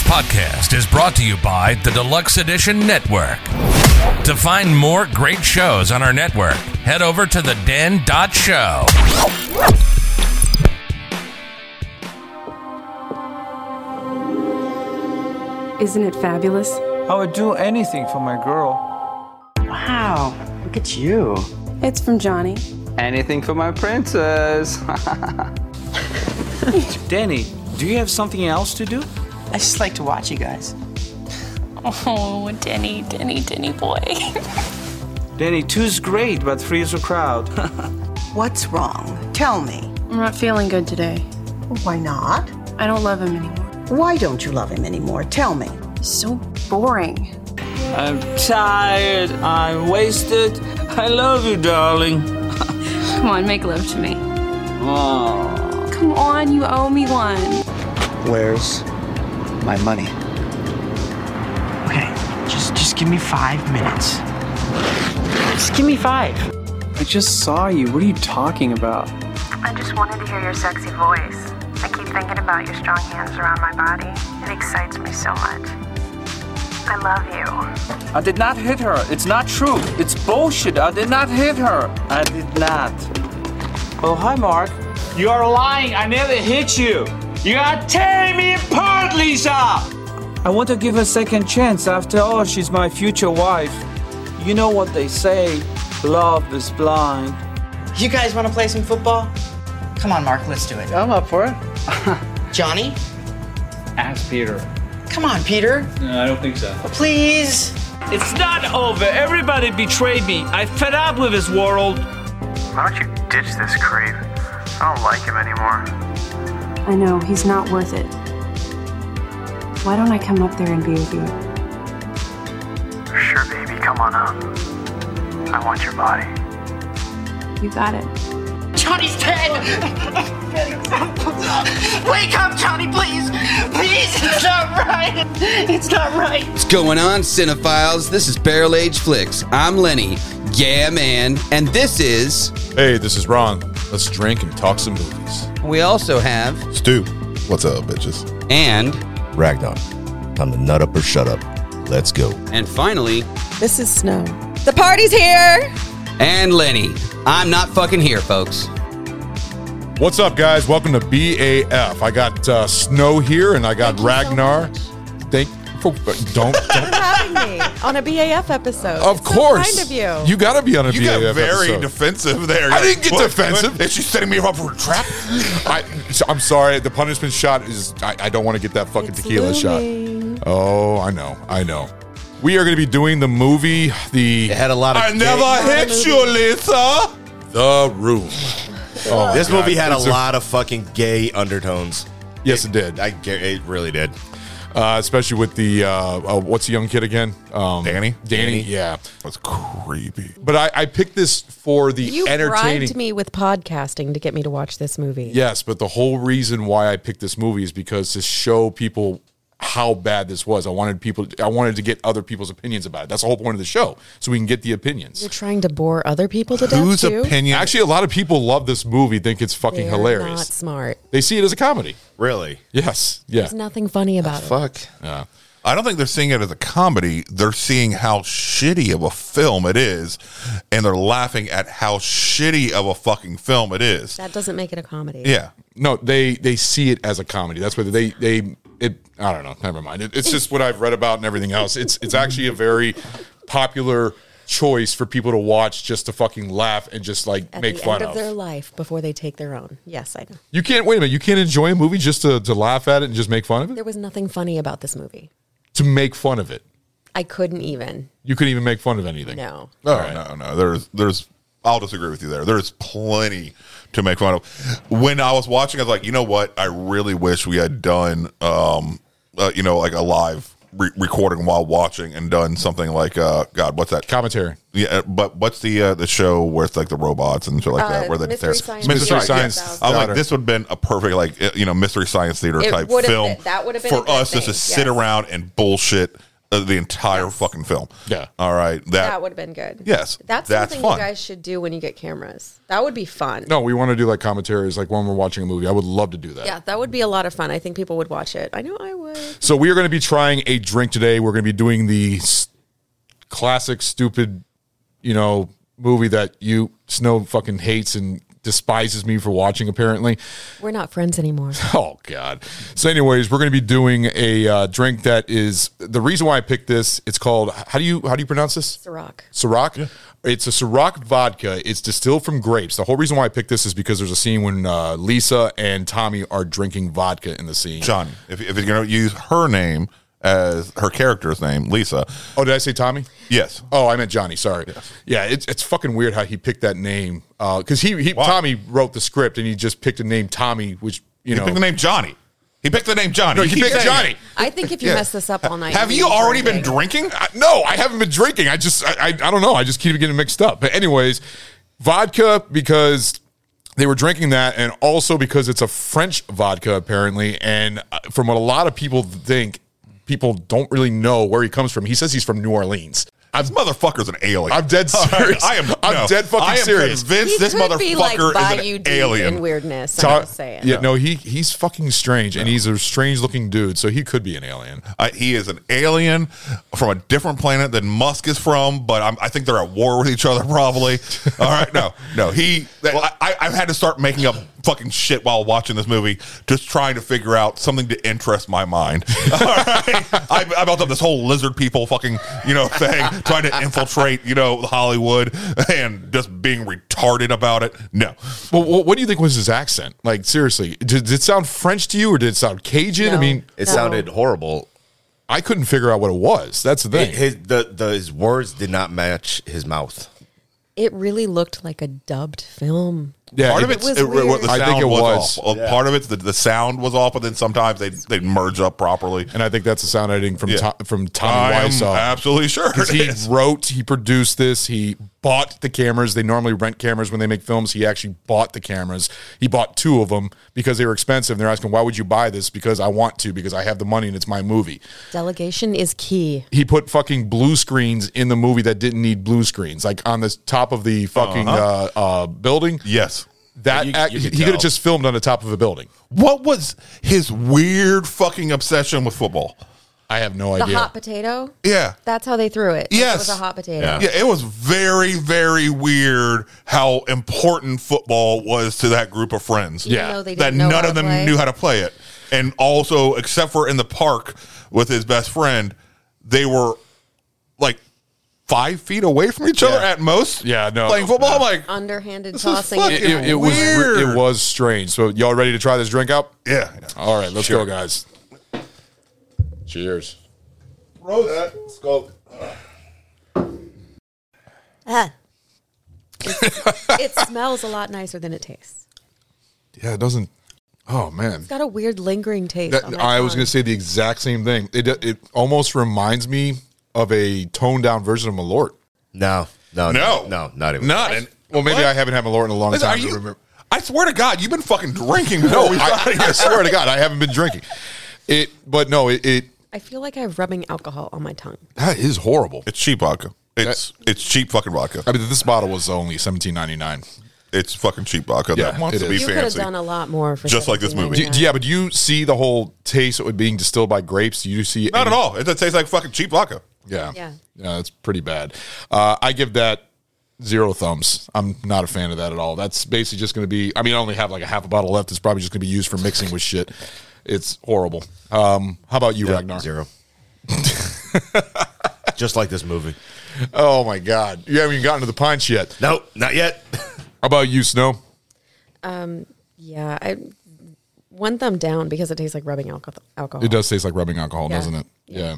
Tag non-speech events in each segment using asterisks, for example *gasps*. podcast is brought to you by the Deluxe Edition Network. To find more great shows on our network, head over to the den.show. Isn't it fabulous? I would do anything for my girl. Wow, look at you. It's from Johnny. Anything for my princess. Danny, do you have something else to do? I just like to watch you guys. Oh, Denny, Denny, Denny boy. Danny, two's great, but three is a crowd. What's wrong? Tell me. I'm not feeling good today. Why not? I don't love him anymore. Why don't you love him anymore? Tell me. He's so boring. I'm tired. I'm wasted. I love you, darling. Come on, make love to me. Oh. Come on, you owe me one. Where's my money? Okay, just just give me five minutes. Just give me five. I just saw you. What are you talking about? I just wanted to hear your sexy voice. I keep thinking about your strong hands around my body. It excites me so much. I love you. I did not hit her. It's not true. It's bullshit. I did not hit her. I did not. Oh, hi, Mark. You are lying. I never hit you. You are tearing me apart, Lisa. I want to give her a second chance. After all, she's my future wife. You know what they say love is blind. You guys want to play some football? Come on, Mark, let's do it. I'm up for it. Johnny? Ask Peter. Come on, Peter. No, I don't think so. Please. It's not over. Everybody betrayed me. I fed up with this world. Why don't you ditch this creep? I don't like him anymore. I know, he's not worth it. Why don't I come up there and be with you? Sure, baby, come on up. I want your body. You got it. Johnny's dead. *gasps* Wake up, Johnny, please. Please, it's not right. It's not right. What's going on, cinephiles? This is Barrel Age Flicks. I'm Lenny, yeah man, and this is. Hey, this is Ron. Let's drink and talk some movies. We also have Stu, what's up, bitches? and Ragnar, time to nut up or shut up. Let's go. and finally This is Snow. The party's here! and Lenny. I'm not fucking here, folks. What's up, guys? Welcome to BAF. I got uh, Snow here, and I got Ragnar. Thank. oh, but Don't. don't Having me on a BAF episode. of course. You got to be on a You BAF. got very episode. defensive there. I didn't get What- defensive. what- Is she setting me up for a trap? *laughs* I, I'm sorry. The punishment shot is. I, I don't want to get that fucking tequila shot. Oh, I know. I know. We are going to be doing the movie. The It had a lot of I gay- never hit you, Lisa. The room. Oh, this God. movie had a It's lot of fucking gay undertones. Yes, it did. I gar- it really did. uh, especially with the uh, uh, what's the young kid again? Um, Danny? Danny. Danny. Yeah, that's creepy. But I, I picked this for the entertaining. me with podcasting to get me to watch this movie. Yes, but the whole reason why I picked this movie is because to show people how bad this was. I wanted people. I wanted to get other people's opinions about it. That's the whole point of the show, so we can get the opinions. Trying to bore other people to Whose opinion? Actually, a lot of people love this movie. Think it's fucking hilarious. smart. They see it as a comedy. really? Yes. Yeah. Nothing funny about Fuck. Yeah. I don't think they're seeing it as a comedy. They're seeing how shitty of a film it is, and they're laughing at how shitty of a fucking film it is. That doesn't make it a comedy. Yeah. No, they they see it as a comedy. That's what they they it. I don't know. Never mind. It, it's just what I've read about and everything else. It's it's actually a very popular choice for people to watch just to fucking laugh and just like make fun of. life before they take their own. Yes, I know. you can't wait a minute. You can't enjoy a movie just to to laugh at it and just make fun of it. There was nothing funny about this movie. To make fun of it, I couldn't even. you couldn't even make fun of anything. No. Oh, No, right. no, no. There's, there's. I'll disagree with you there. There's plenty to make fun of. When I was watching, I was like, you know what? I really wish we had done, um, uh, you know, like a live re- recording while watching and done something like, uh, God, what's that? Commentary. Yeah, but what's the uh, the show where it's like the robots and shit like that? Where they Uh, Mystery tear- Science Mystery Theater. Science Yeah. I was Theater. like, this would have been a perfect like uh, you know mystery science theater It type would've film. been- that would've been a for good us just thing, to sit yes. around and bullshit uh, the entire fucking film. Yeah. All right. That, That, would have been good. Yes, That's, that's something fun. you guys should do when you get cameras. That would be fun. No, we want to do like commentaries, like when we're watching a movie. I would love to do that. Yeah, that would be a lot of fun. I think people would watch it. I know I would. So we are going to be trying a drink today. We're going to be doing the s- classic stupid, you know, movie that you Snow fucking hates and despises me for watching. Apparently, *laughs* We're not friends anymore. Oh God. So, anyways, we're going to be doing a uh, drink that is the reason why I picked this. It's called how do you how do you pronounce this? Ciroc. Ciroc. It's a Ciroc vodka. It's distilled from grapes. The whole reason why I picked this is because there's a scene when uh, Lisa and Tommy are drinking vodka in the scene. John, if, if you're going to use her name as her character's name, Lisa. Oh, did I say Tommy? Yes. Oh, I meant Johnny. Sorry. Yeah, it's, it's fucking weird how he picked that name because he, he Tommy wrote the script and he just picked the name Tommy, which you He know picked the name Johnny. He picked the name Johnny. No, You he keep picked saying Johnny. it. I think if you Yeah. mess this up all night. Have you'd you be already drinking. been drinking? I, no, I haven't been drinking. I just, I, I, I don't know. I just keep getting mixed up. But anyways, vodka because they were drinking that, and also because it's a French vodka apparently. And uh, from what a lot of people think, people don't really know where he comes from. He says he's from New Orleans. This motherfucker's an alien. I'm dead *laughs* All right, serious. I am- I'm no, dead fucking I am serious. convinced He this could be like motherfucker is an Bayou Deep alien. in weirdness. Ta- I'm just saying. yeah, no, he he's fucking strange, and he's a strange looking dude, so he could be an alien. Uh, he is an alien from a different planet than Musk is from, but I'm, I think they're at war with each other probably. All right, no, no. He, that- I, I, I've had to start making up fucking shit while watching this movie, just trying to figure out something to interest my mind. All right, I, I built up this whole lizard people fucking you know thing, trying to infiltrate you know Hollywood and just being retarded about it. No, Well, what, what do you think was his accent? Like, seriously, did, did it sound French to you, or did it sound Cajun? I No, mean, It no. sounded horrible. I couldn't figure out what it was. That's the thing. It- his the, the his words did not match his mouth. It really looked like a dubbed film. part of it's was it- what weird. the sound I think it was. off. Well, Part of it's the, the sound was off, but then sometimes they they merge up properly. And I think that's the sound editing from To- from Tommy I am Wiseau. absolutely sure because it he is. wrote, he produced this, he bought the cameras. They normally rent cameras when they make films. He actually bought the cameras. He bought two of them because they were expensive. And they're asking, "Why would you buy this?" Because I want to. Because I have the money and it's my movie. Delegation is key. he put fucking blue screens in the movie that didn't need blue screens, like on the top of the fucking uh Uh-huh. uh, building. Yes, that act- he could have just filmed on the top of a building. What was his weird fucking obsession with football? I have no the hot potato. Yeah. That's how they threw it. Yes. It was a hot potato. Yeah. it was very, very weird how important football was to that group of friends. Even Yeah. though they that didn't know none how of to them play? knew how to play it, and also, except for in the park with his best friend, they were like five feet away from each other at most. Yeah, no. playing football. I'm like, underhanded is tossing. fucking It, *laughs* it- it was Weird. it was strange. So y'all ready to try this drink out? Yeah. All right, let's Sure. go, guys. Cheers. Let's go. Ah. it smells a lot nicer than it tastes. Yeah, it doesn't. Oh man, It's got a weird lingering taste. That- on my I was tongue. going to say the exact same thing. It it almost reminds me of a toned down version of Malort. No, no, No. no, no, not even. Not in- Well, maybe What? I haven't had Malort in a long Listen, time. are to you- remember- I swear to God, you've been fucking drinking. No, before *laughs* we got I, here. I swear to God, I haven't been drinking. It, but no, it, it I feel like I'm rubbing alcohol on my tongue. that is horrible. It's cheap vodka. It's it's cheap fucking vodka. I mean, this bottle was only seventeen ninety nine. It's fucking cheap vodka. Yeah, that wants it to is. be you could have fancy. done a lot more for Just like this movie. Do, yeah, but do you see the whole taste of it being distilled by grapes? Do you see Not at any- all. It just tastes like fucking cheap vodka. *laughs* Yeah, Yeah. yeah, that's pretty bad. Uh, I give that zero thumbs. I'm not a fan of that at all. That's basically just going to be. I mean, I only have like a half a bottle left. It's probably just going to be used for mixing with shit. It's horrible. Um, how about you, Ragnar? Zero. Just like this movie. Oh my god, you haven't even gotten to the pints yet. Nope, not yet. How about you, Snow? Um, yeah, I one thumb down because it tastes like rubbing alco- alcohol. It does taste like rubbing alcohol, Yeah. doesn't it? Yeah.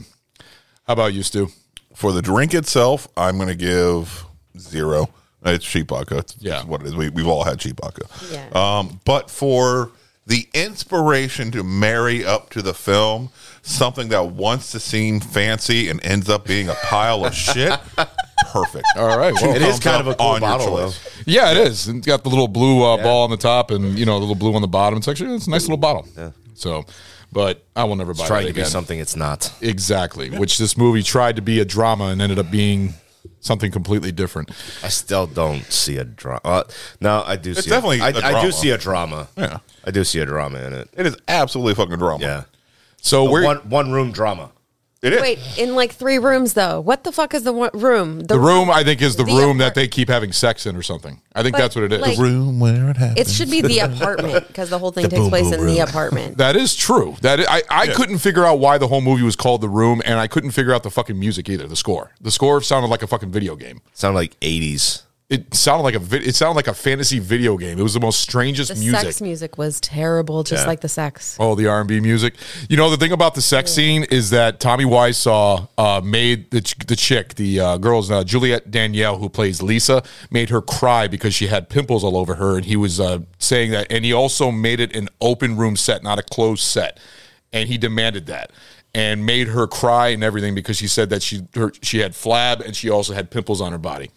How about you, Stu? For the drink itself, I'm going to give zero. It's cheap vodka. It's yeah. what it is. We, we've all had cheap vodka. Yeah. Um, but for the inspiration to marry up to the film, something that wants to seem fancy and ends up being a *laughs* pile of shit, perfect. All right. Two well- thumbs up on your choice. Yeah, it is. It's got the little blue uh, ball on the top and you know the little blue on the bottom. It's actually it's a nice little bottle. So, But I will never buy It's trying that to be again. something it's not. Exactly, which this movie tried to be a drama and ended up being something completely different. I still don't see a drama. Uh, no, I do. It's see definitely A, I, I a do drama. see a drama. Yeah. I do see a drama in it. It is absolutely fucking drama. Yeah. So we're one, one room drama. It Wait, in like three rooms though. What the fuck is the one room? The, room, I think, is the, The room that they keep having sex in or something. I think But, that's what it is. like, The room where it It should be the apartment because the whole thing takes place in the *laughs* apartment. That is true. That I, I couldn't figure out why the whole movie was called The Room, and I couldn't figure out the fucking music either. The score. The score sounded like a fucking video game. Sounded like eighties. It sounded like a vi- it sounded like a fantasy video game. It was the most strangest The music. sex music was terrible, just Yeah. like the sex. Oh, the R and B music. You know the thing about the sex scene is that Tommy Wiseau uh, made the ch- the chick, the uh, girl's uh, Juliette Danielle, who plays Lisa, made her cry because she had pimples all over her, and he was uh, saying that. And he also made it an open room set, not a closed set, and he demanded that. And made her cry and everything because she said that she her, she had flab and she also had pimples on her body.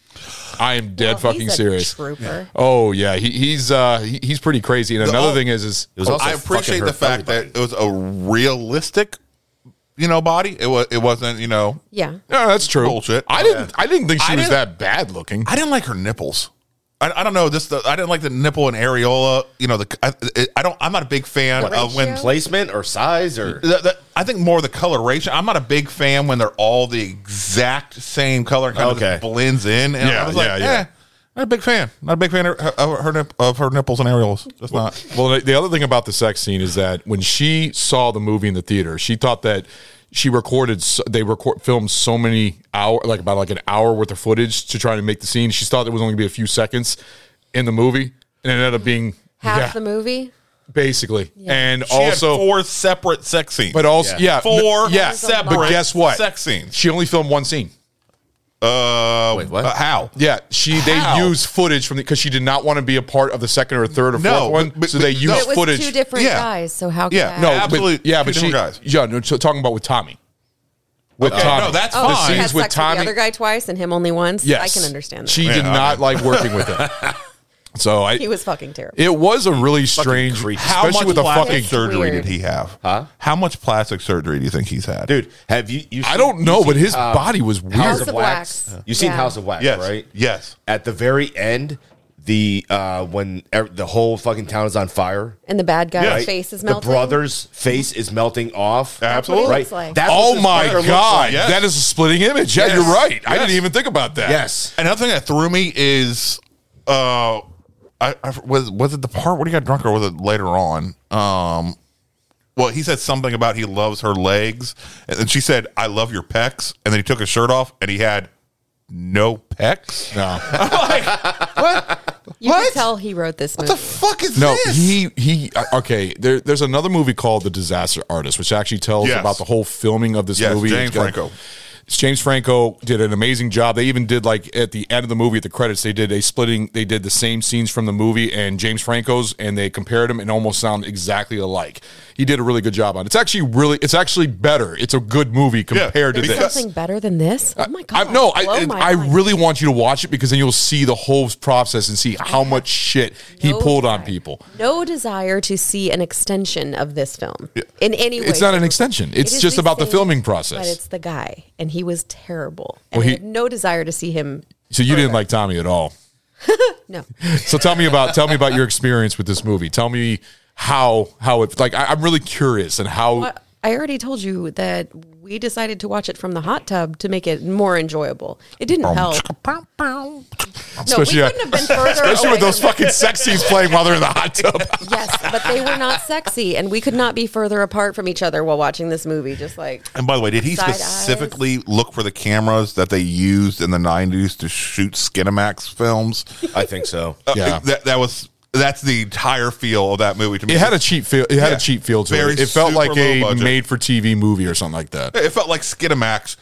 I am dead Well, fucking he's a serious. trooper. Oh yeah, he, he's uh, he, he's pretty crazy. And The- another oh, thing is is Oh, I appreciate the fact that it was a realistic, you know, body. It was. It wasn't. You know. Yeah. No, that's true. Bullshit. I didn't. I didn't think she I was didn't- that bad looking. I didn't like her nipples. I, I don't know. This the, I didn't like the nipple and areola. You know the. I, it- I don't. I'm not a big fan Uh, What, of when ratio? placement or size or. The, the, I think more the coloration. I'm not a big fan when they're all the exact same color. Kind Okay. of just blends in. And Yeah, I was like, yeah, yeah, yeah. Not a big fan. Not a big fan of her, of her, nip- of her nipples and areolas. That's Well, not. Well, the- the other thing about the sex scene is that when she saw the movie in the theater, she thought that she recorded. so- They record filmed so many hour, like about like an hour worth of footage to try to make the scene. She thought it was only going to be a few seconds in the movie, and it ended up being Half yeah, the movie. basically. And She had also four separate sex scenes. But also, yeah, n- four yeah. separate. But guess what? Sex scenes. She only filmed one scene. Uh, uh, how? Yeah, she they How? used footage from the because she did not want to be a part of the second or third or fourth No, one, but- so they but- used it was footage. two different guys, so how? Could that no, happen? absolutely. yeah, two but she, different guys. yeah, no, so talking about with Tommy, with Okay, Tommy, no, that's Oh, The she had scenes sex with with the Tommy, other guy twice and him only once. yes, I can understand that. She did not like working with *laughs* him, so I. he was fucking terrible. It was a really strange, How especially much with a plastic fucking surgery weird. did he have? Huh? How much plastic surgery do you think he's had, dude? Have you? you I don't know, but his Uh, um, body was weird. House of Wax. Wax. You seen Yeah. House of Wax, Yes. right? Yes. At the very end, the uh when er, the whole fucking town is on fire. And the bad guy's right? face is the melting. brother's face is melting off. Absolutely. right. That's what it looks like. what oh this my brother looks god, like. that is a splitting image. Yeah, Yes. you're right. I Yes. didn't even think about that. Yes. Another thing that threw me is, uh, I, I was was it the part when he got drunk or was it later on? Um, well, he said something about he loves her legs, and then she said, "I love your pecs," and then he took his shirt off and he had no pecs. No. You can tell he wrote this movie. fuck is No, he he. uh, Okay, there, there's another movie called The Disaster Artist, which actually tells Yes. about the whole filming of this Yes, movie. James It's got- Franco. it's James Franco did an amazing job. They even did like at the end of the movie at the credits, they did a splitting. They did the same scenes from the movie and James Franco's, and they compared them and almost sound exactly alike. He did a really good job on it. It's actually really, it's actually better. It's a good movie compared to There's this. something better than this. Oh my god! I, no, I, Blow it- my I mind. really want you to watch it because then you'll see the whole process and see how much shit he No pulled on people. no desire to see an extension of this film in any way. It's not an extension. It It's is just the about the same, filming But process. it's the guy, and he was terrible. And Well, I he- had no desire to see him. So you didn't like Tommy at all. No. So tell me about tell me about your experience with this movie. Tell me how how it like I, I'm really curious and how Well, I already told you that we decided to watch it from the hot tub to make it more enjoyable. It didn't *laughs* help. No, we Um, especially uh, couldn't have been further especially away with those from- fucking sex scenes playing while they're in the hot tub. Yes, but they were not sexy, and we could not be further apart from each other while watching this movie. Just like And by the way, did he Side eyes. specifically look for the cameras that they used in the '90s to shoot Skinamax films? *laughs* Uh, I think so. Yeah. that, that was that's the entire feel of that movie to me. It had a cheap feel. It had Yeah. a cheap feel to Very it. It felt super like a low budget. made for TV movie or something like that. It felt like Skinamax.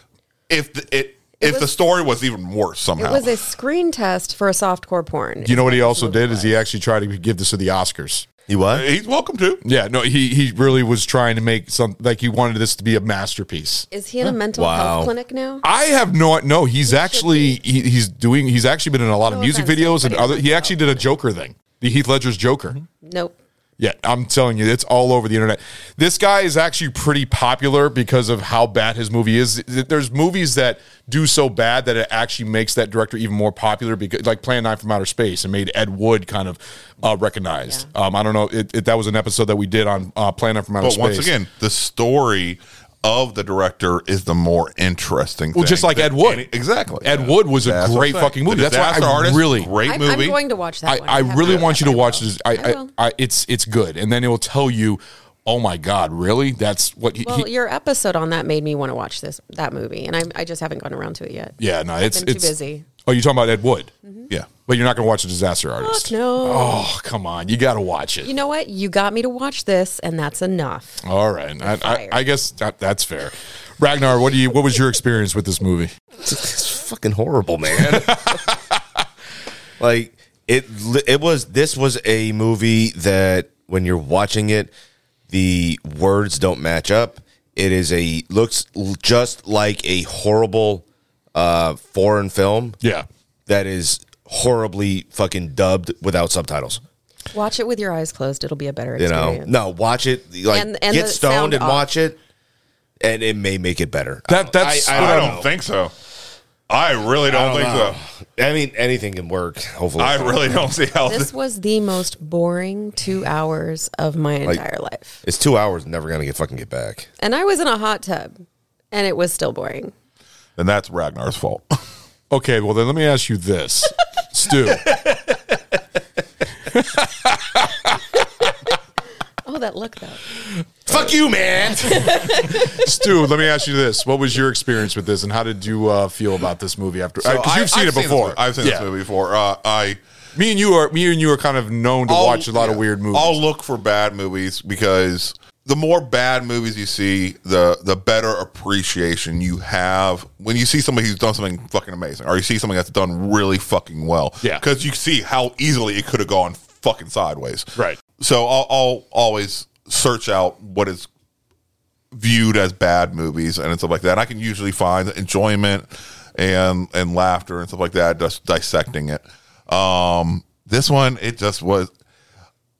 If the, it, if the was- story was even worse it somehow, was a screen test for a softcore porn. You know what he also did is he actually tried to give this to the Oscars. He what? he's welcome to. Yeah, no, he he really was trying to make some like he wanted this to be a masterpiece. Is he in a mental Wow. health clinic now? I have no no. He's actually he, he's doing. Mm-hmm. He's actually been in a lot of music videos and other. He actually did a Joker thing, the Heath Ledger's Joker. Nope. Yeah, I'm telling you, it's all over the internet. This guy is actually pretty popular because of how bad his movie is. Th- There's movies that do so bad that it actually makes that director even more popular. Because, like Plan Nine from Outer Space, and made Ed Wood kind of uh, recognized. Um, I don't know. It, it, that was an episode that we did on uh, Plan Nine from Outer But Space. once again, the story of the director is the more interesting. Well, thing just like than Ed Wood. any- exactly. Ed Wood was a That's what I'm great saying. fucking movie. The That's why Disaster I Artist, really great I'm- I'm movie. going to watch that I, one. I I have really to. want you to watch this. I, I I, will. I, it's it's good, and then it'll tell you, oh my god, really? That's what he. Well, he- your episode on that made me want to watch this that movie, and I, I just haven't gone around to it yet. yeah, no, I've it's been too it's busy. Mm-hmm. Oh, you're talking about Ed Wood? Yeah, but you're not going to watch the Disaster Artist. no. Oh come on, you got to watch it. You know what? You got me to watch this, and that's enough. All right, I, I, I guess that, that's fair. Ragnar, what do you? What was your experience with this movie? it's fucking horrible, man. *laughs* like it li- it was this was a movie that when you're watching it the words don't match up it is a looks l- just like a horrible uh foreign film yeah that is horribly fucking dubbed without subtitles Watch it with your eyes closed; it'll be a better you know experience. no watch it like And- and get the stoned sound and off. watch it and it may make it better I That- don't- that's what I know. don't think so. I really don't, think so. I mean, anything can work. Hopefully, I really don't see how This was the most boring two hours of my Like- entire life, it's two hours. Never gonna get fucking get back. and I was in a hot tub, and it was still boring. And that's Ragnar's *laughs* fault. Okay, well then let me ask you this, Stu. *laughs* Oh, that look though. Fuck you, *laughs* Uh, man. Stu, let me ask you this: What was your experience with this, and how did you uh, feel about this movie after? So Because I- you've seen I've it seen this before. movie. I've seen this movie before. Uh, I, me and you are me and you are kind of known to I'll- watch a lot of yeah. weird movies. I'll look for bad movies because the more bad movies you see, the the better appreciation you have when you see somebody who's done something fucking amazing, or you see something that's done really fucking well. Yeah. because you see how easily it could have gone fucking sideways. Right. So I'll, I'll always search out what is viewed as bad movies and stuff like that. I can usually find enjoyment and and laughter and stuff like that just dissecting it. Um this one it just was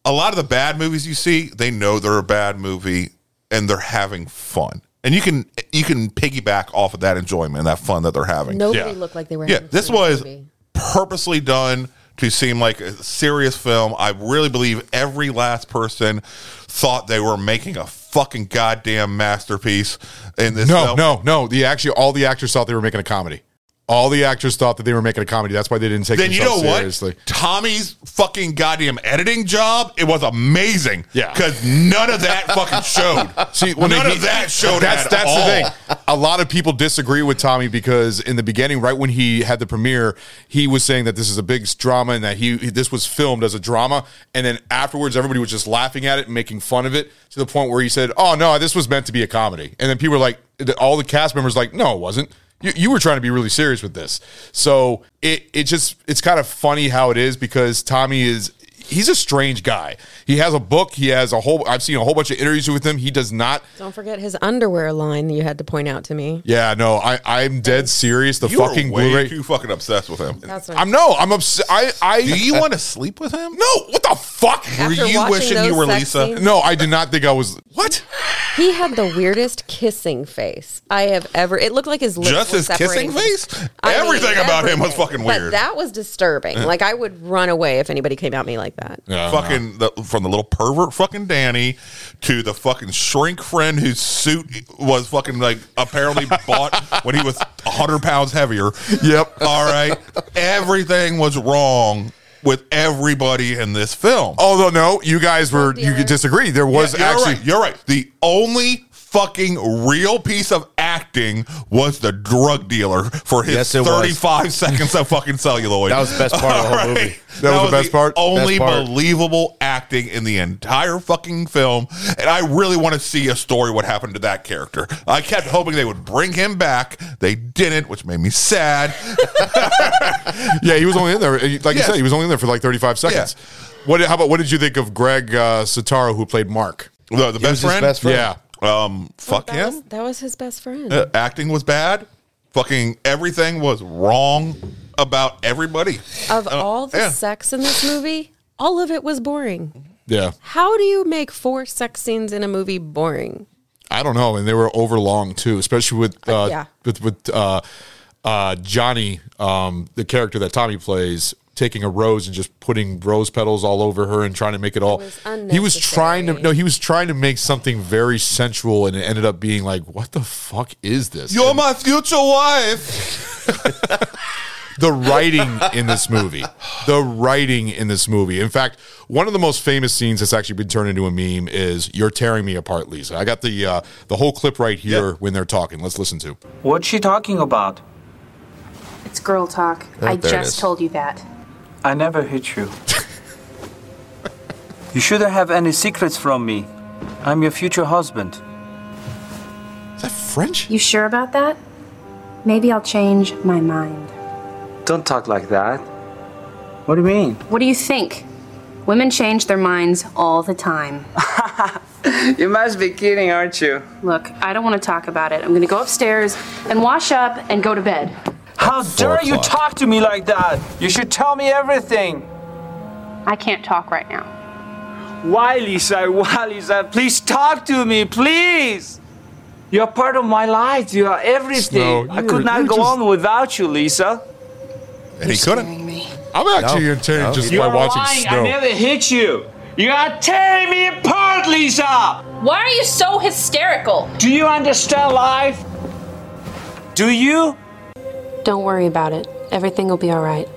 a lot of the bad movies you see, they know they're a bad movie and they're having fun. And you can you can piggyback off of that enjoyment and that fun that they're having. Nobody looked like they were. Yeah, having this fun in was movie. purposely done to seem like a serious film. I really believe every last person thought they were making a fucking goddamn masterpiece in this no, film. no, no. The actually, all the actors thought they were making a comedy. All the actors thought that they were making a comedy. That's why they didn't take Then you know themselves what? seriously. Tommy's fucking goddamn editing job, it was amazing. Yeah. Because none of that fucking showed. *laughs* See, when none he- of that showed That's at that's all. the thing. *laughs* A lot of people disagree with Tommy because in the beginning, right when he had the premiere, he was saying that this is a big drama and that he this was filmed as a drama. And then afterwards, everybody was just laughing at it, and making fun of it to the point where he said, "Oh no, this was meant to be a comedy." And then people were like, all the cast members were like, "No, it wasn't." You, you were trying to be really serious with this. So it it just it's kind of funny how it is because Tommy is he's a strange guy. He has a book. He has a whole. I've seen a whole bunch of interviews with him. He does not. Don't forget his underwear line that you had to point out to me. Yeah, no. I I'm dead serious. The You are fucking way Blu-ray. too fucking obsessed with him. That's what I'm no. I'm upset. I I. Do you *laughs* want to sleep with him? No. What the fuck? Were After you watching wishing you those were sex Lisa? scenes- No, I did not think I was. What? He had the weirdest kissing face I have ever. It looked like his lips Just were his separating. kissing face? I mean, everything about him was everything. fucking But weird. that was disturbing. like I would run away if anybody came at me like that. fucking the, from the little pervert fucking Danny to the fucking shrink friend whose suit was fucking like apparently bought *laughs* when he was 100 pounds heavier. Yep. All right. Everything was wrong with everybody in this film. Although no, you guys were. You could disagree. There was Yeah, you're actually. right. You're right. The only fucking real piece of acting was the drug dealer for his Yes, it was. 35 seconds of fucking celluloid. That was the best part of the whole All movie. That was the best part? Best Only part. believable acting in the entire fucking film. And I really want to see a story what happened to that character. I kept hoping they would bring him back. They didn't, which made me sad. *laughs* Yeah, he was only in there. Like Yes. you said, he was only in there for like 35 seconds. What? How about what did you think of Greg uh, Sotaro who played Mark? The, the his best, friend? best friend. Yeah. Um, fuck That him. was, that was his best friend. Uh, acting was bad. Fucking everything was wrong about everybody. of Uh, all the yeah. sex in this movie, all of it was boring. Yeah. How do you make four sex scenes in a movie boring? I don't know, and they were over long too, especially with uh, yeah. with with uh, uh, Johnny, um, the character that Tommy plays, taking a rose and just putting rose petals all over her and trying to make it all. he was trying to no, he was trying to make something very sensual, and it ended up being like, what the fuck is this? You're my future wife. *laughs* the writing in this movie. The writing in this movie. In fact, one of the most famous scenes that's actually been turned into a meme is "You're tearing me apart, Lisa." I got the uh, the whole clip right here when they're talking. Let's listen to. What's she talking about? It's girl talk. Oh, I there it just is. told you that. I never hit you. you shouldn't have any secrets from me. I'm your future husband. Is that French? You sure about that? Maybe I'll change my mind. Don't talk like that. What do you mean? What do you think? Women change their minds all the time. *laughs* You must be kidding, aren't you? Look, I don't want to talk about it. I'm going to go upstairs and wash up and go to bed. How dare you o'clock. talk to me like that? You should tell me everything. I can't talk right now. Why, Lisa? Why, Lisa? Please talk to me, please. You're part of my life. You are everything. Snow, I you could were- not you go just- on without you, Lisa. And he couldn't. I'm actually entertained just by You're watching lying. Snow. I never hit you. You are tearing me apart, Lisa. Why are you so hysterical? Do you understand life? Do you? Don't worry about it. Everything will be all right.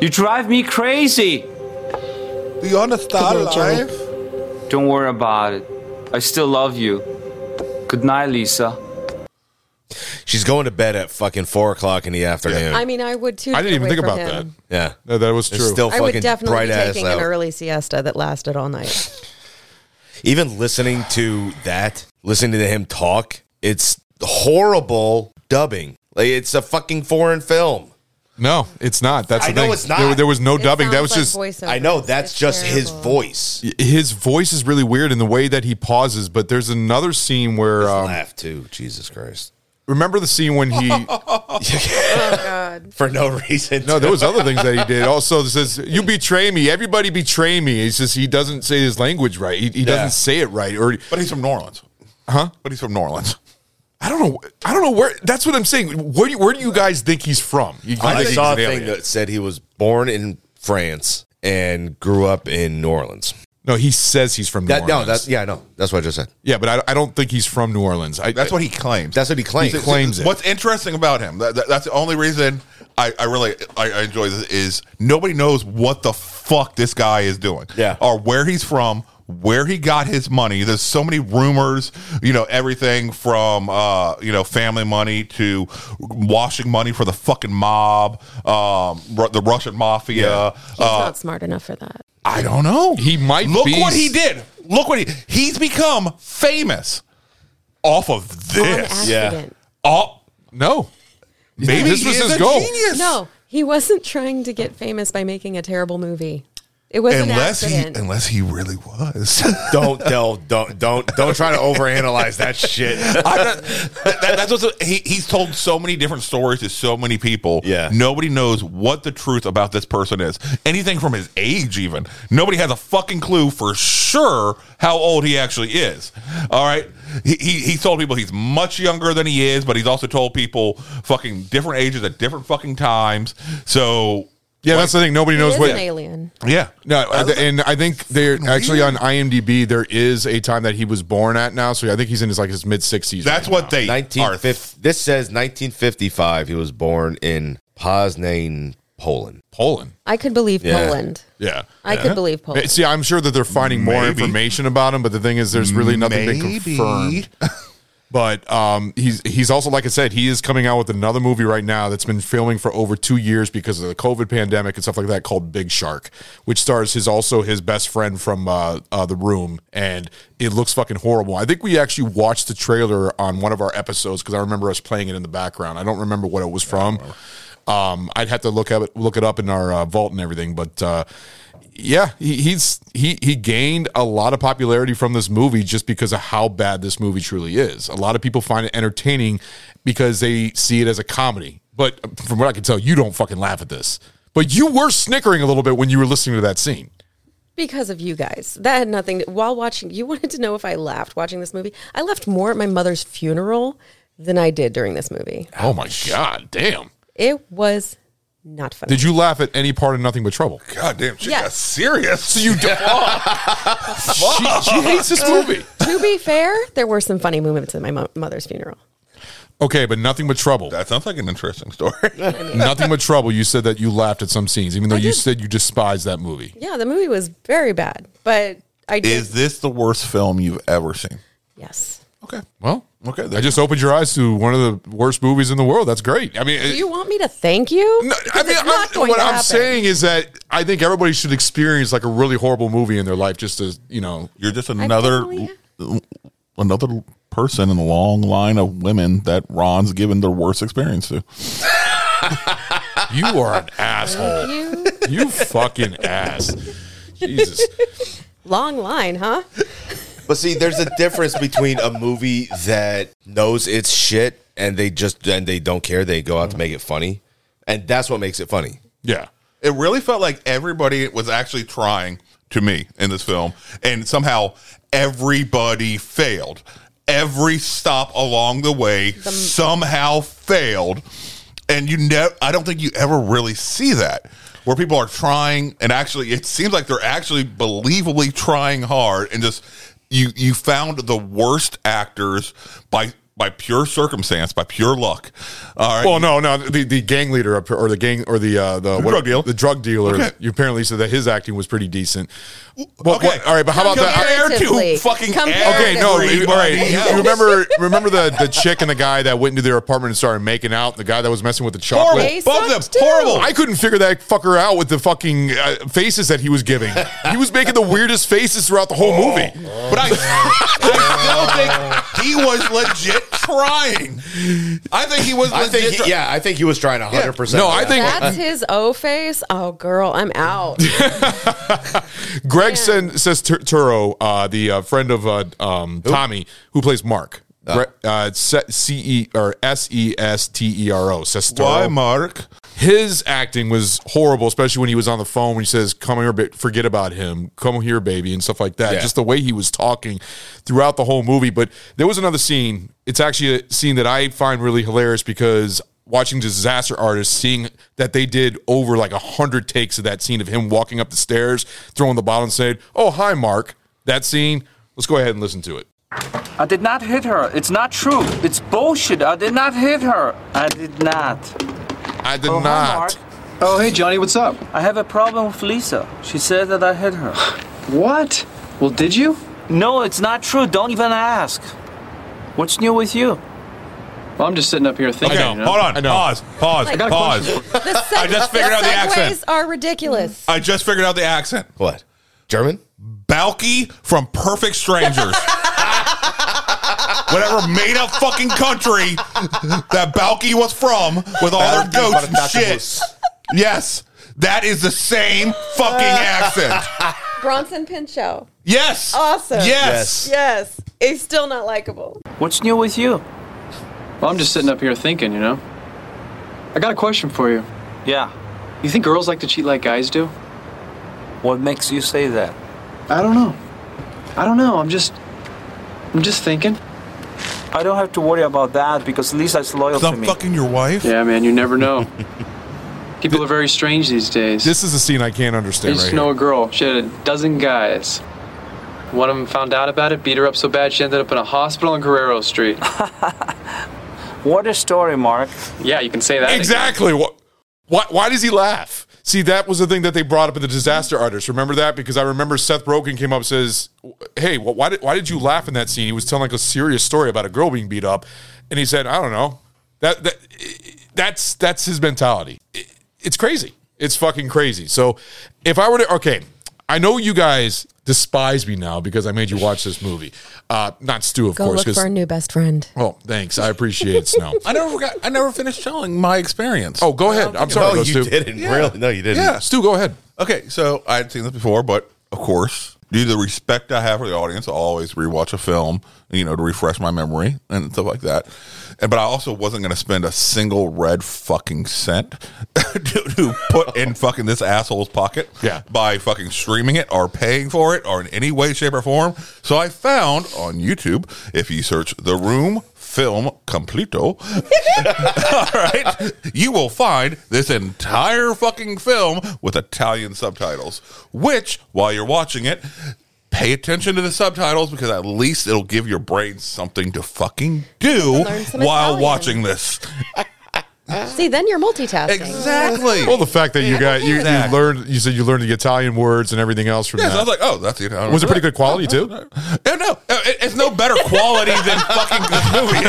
You drive me crazy. Do you understand Good day, life? Don't worry about it. I still love you. Good night, Lisa. She's going to bed at fucking four o'clock in the afternoon. I mean, I would too. I get didn't even away think from about him. yeah, no, that was It's still I would fucking definitely bright be ass taking an out. early siesta that lasted all night. Even listening to that, listening to him talk, it's horrible dubbing. Like it's a fucking foreign film. No, it's not. That's I the know thing. it's not. There, there was no dubbing. That was just. I know that's just his voice. His voice is really weird in the way that he pauses, but there's another scene where um, laugh too. Jesus Christ! Remember the scene *laughs* when he oh God! for no *laughs* reason. No, there was other things that he did. Also, this says you betray me. Everybody betray me. It's just he doesn't say his language right. He, he Yeah. doesn't say it right. Or but he's from New Orleans, huh? But he's from New Orleans. I don't know. I don't know where. That's what I'm saying. Where do you, where do you guys think he's from? You guys I, think saw a he's an thing alien. that said he was born in France and grew up in New Orleans. No, he says he's from New that, No, Orleans. that's yeah, I know. That's what I just said. Yeah, but I, I don't think he's from New Orleans. I, That's what he claims. That's what he claims. He claims it. What's interesting about him? That, that- that's the only reason I, I really I, I enjoy this is nobody knows what the fuck this guy is doing. Yeah, or where he's from, where he got his money. There's so many rumors. You know everything from uh, you know family money to washing money for the fucking mob, um, Ru- the Russian mafia. He's Uh, not smart enough for that. I don't know. He might look be- what he did. Look what he he's become famous off of this. accident. Oh no. Maybe This he was is his a goal. genius. No, he wasn't trying to get famous by making a terrible movie. It was unless an he accident. unless he really was. *laughs* Don't tell. Don't don't don't try to overanalyze that shit. *laughs* *laughs* I'm not- that- that- that's what's, he, he's told so many different stories to so many people. Yeah, nobody knows what the truth about this person is. Anything from his age, even nobody has a fucking clue for sure how old he actually is. All right, he he, he told people he's much younger than he is, but he's also told people fucking different ages at different fucking times. So Yeah, that's the thing. Nobody He knows is what an alien. Yeah. No, I- and I think they're actually on IMDb. There is a time that he was born at now, so I think he's in his like his mid sixties. That's what they 1950. This says 1955. He was born in Poznań, Poland. Poland. I could believe Yeah. Poland. Yeah, I could believe Poland. See, I'm sure that they're finding more Maybe. information about him, but the thing is, there's really nothing been Maybe. confirmed. *laughs* But um, he's he's also like I said, he is coming out with another movie right now that's been filming for over two years because of the COVID pandemic and stuff like that, called Big Shark, which stars his also his best friend from uh, uh, the Room, and it looks fucking horrible. I think we actually watched the trailer on one of our episodes because I remember us playing it in the background. I don't remember what it was from. Um, I'd have to look up it, look it up in our uh, vault and everything, but. Uh, yeah, he, he's he he gained a lot of popularity from this movie just because of how bad this movie truly is. A lot of people find it entertaining because they see it as a comedy. But uh, from what I can tell, you don't fucking laugh at this. But you were snickering a little bit when you were listening to that scene. because of you guys. That had nothing. To, while watching, you wanted to know if I laughed watching this movie. I laughed more at my mother's funeral than I did during this movie. Oh my god, damn! It was not funny. Did you laugh at any part of Nothing But Trouble? God damn, she Yes. got serious. So you *laughs* don't. She, she hates this movie. to be fair, there were some funny moments at my mo- mother's funeral. Okay, but Nothing But Trouble. That sounds like an interesting story. *laughs* Nothing But Trouble. You said that you laughed at some scenes, even though you said you despised that movie. Yeah, the movie was very bad, but I did. Is this the worst film you've ever seen? yes. Okay. Well, okay. I just opened your eyes to one of the worst movies in the world. That's great. I mean, Do you want me to thank you? Because it's I'm- not going what to I'm happen. saying is that I think everybody should experience like a really horrible movie in their life, just to you know. You're just another another person in a long line of women that Ron's given their worst experience to. *laughs* you are an asshole. You You fucking ass. Jesus. long line, huh? *laughs* But see, there's a difference between a movie that knows its shit and they just and they don't care. They go out to make it funny, and that's what makes it funny. Yeah. It really felt like everybody was actually trying to me in this film, and somehow everybody failed. Every stop along the way somehow failed, and you never. I don't think you ever really see that where people are trying, and actually, it seems like they're actually believably trying hard, and just you you found the worst actors by by pure circumstance, by pure luck. All right. Well, no, no. The, the gang leader up- or the gang or the uh, the, drug deal. the drug dealer. Okay. You apparently said that his acting was pretty decent. Well, what- all right, but how about that? Compared to Comparatively. fucking Okay, no. everybody you- Oh, All *laughs* right, you, else. you remember remember the the chick and the guy that went into their apartment and started making out. The guy that was messing with the horrible. chocolate. Both of them horrible. I couldn't figure that fucker out with the fucking uh, faces that he was giving. He was making the weirdest faces throughout the whole movie. *laughs* But I, I still think he was legit trying. I think he was. I Legit think he- try- yeah, I think he was trying hundred percent. No, I think- That's his O face. Oh, girl, I'm *laughs* out. Greg sen- says Tur- Turo, uh, the uh, friend of uh, um, Tommy, who plays Mark. Gre- Uh, Se- C E or S E S T E R O. Sestero. Why, Mark? His acting was horrible, especially when he was on the phone when he says, "Come here, ba- forget about him. Come here, baby," and stuff like that. Yeah. Just the way he was talking throughout the whole movie. But there was another scene. It's actually a scene that I find really hilarious because watching disaster artists seeing that they did over like a hundred takes of that scene of him walking up the stairs throwing the bottle and saying oh hi mark that scene let's go ahead and listen to it I did not hit her. It's not true. It's bullshit. I did not hit her. I did not. I did not. Oh, hey, Johnny, what's up? I have a problem with Lisa. She said that I hit her. what? Well, did you? No, it's not true. Don't even ask. What's new with you? Well, I'm just sitting up here thinking. Okay, you know? hold on. Pause. Pause. I got a Pause. I just figured out the accent. segues are ridiculous. I just figured out the accent. What? German? Balky from Perfect *laughs* Strangers. Whatever made up fucking country that Balky was from with all their goats and shit. Yes, that is the same fucking accent. Mm. Bronson Pinchot. Yes. Awesome. Yes. Yes. He's still not likable. What's new with you? Well, I'm just sitting up here thinking, you know? I got a question for you. Yeah. You think girls like to cheat like guys do? What makes you say that? I don't know. I don't know. I'm just. I'm just thinking. I don't have to worry about that because Lisa is loyal to me. your wife? Yeah, man, you never know. *laughs* People are very strange these days. this is a scene i can't I understand used right to know a girl. She had a dozen guys. One of them found out about it, beat her up so bad she ended up in a hospital on Guerrero Street. What a story, Mark. yeah, you can say that. again. here. exactly what why, why does he laugh see that was the thing that they brought up in the disaster artist remember that because i remember seth rogen came up and says hey wh- why did, why did you laugh in that scene he was telling like a serious story about a girl being beat up and he said i don't know that, that that's that's his mentality It- it's crazy it's fucking crazy so if i were to okay i know you guys despise me now because i made you watch this movie uh not stu of Go course look for 'cause- a new best friend. oh thanks i appreciate it snow *laughs* I never got, I never finished telling my experience. Oh, go ahead. I'm sorry. No, though, you Stu. didn't. Really? No, you didn't. Yeah. Stu, go ahead. Okay, so I had seen this before, but of course, due to the respect I have for the audience, I always rewatch a film, you know, to refresh my memory and stuff like that. And but I also wasn't going to spend a single red fucking cent *laughs* to, to put in fucking this asshole's pocket, yeah. by fucking streaming it or paying for it or in any way, shape, or form. So I found on YouTube, if you search the room film completo *laughs* all right you will find this entire fucking film with italian subtitles which while you're watching it pay attention to the subtitles because at least it'll give your brain something to fucking do learn some while Italian. watching this See, then you're multitasking. Exactly. Well, the fact that you got you, you learned you said you learned the Italian words and everything else from yeah, that. so I was like, oh, that's the Italian. was it pretty good quality too? Yeah, no, uh, it- it's no better quality *laughs* than fucking this movie.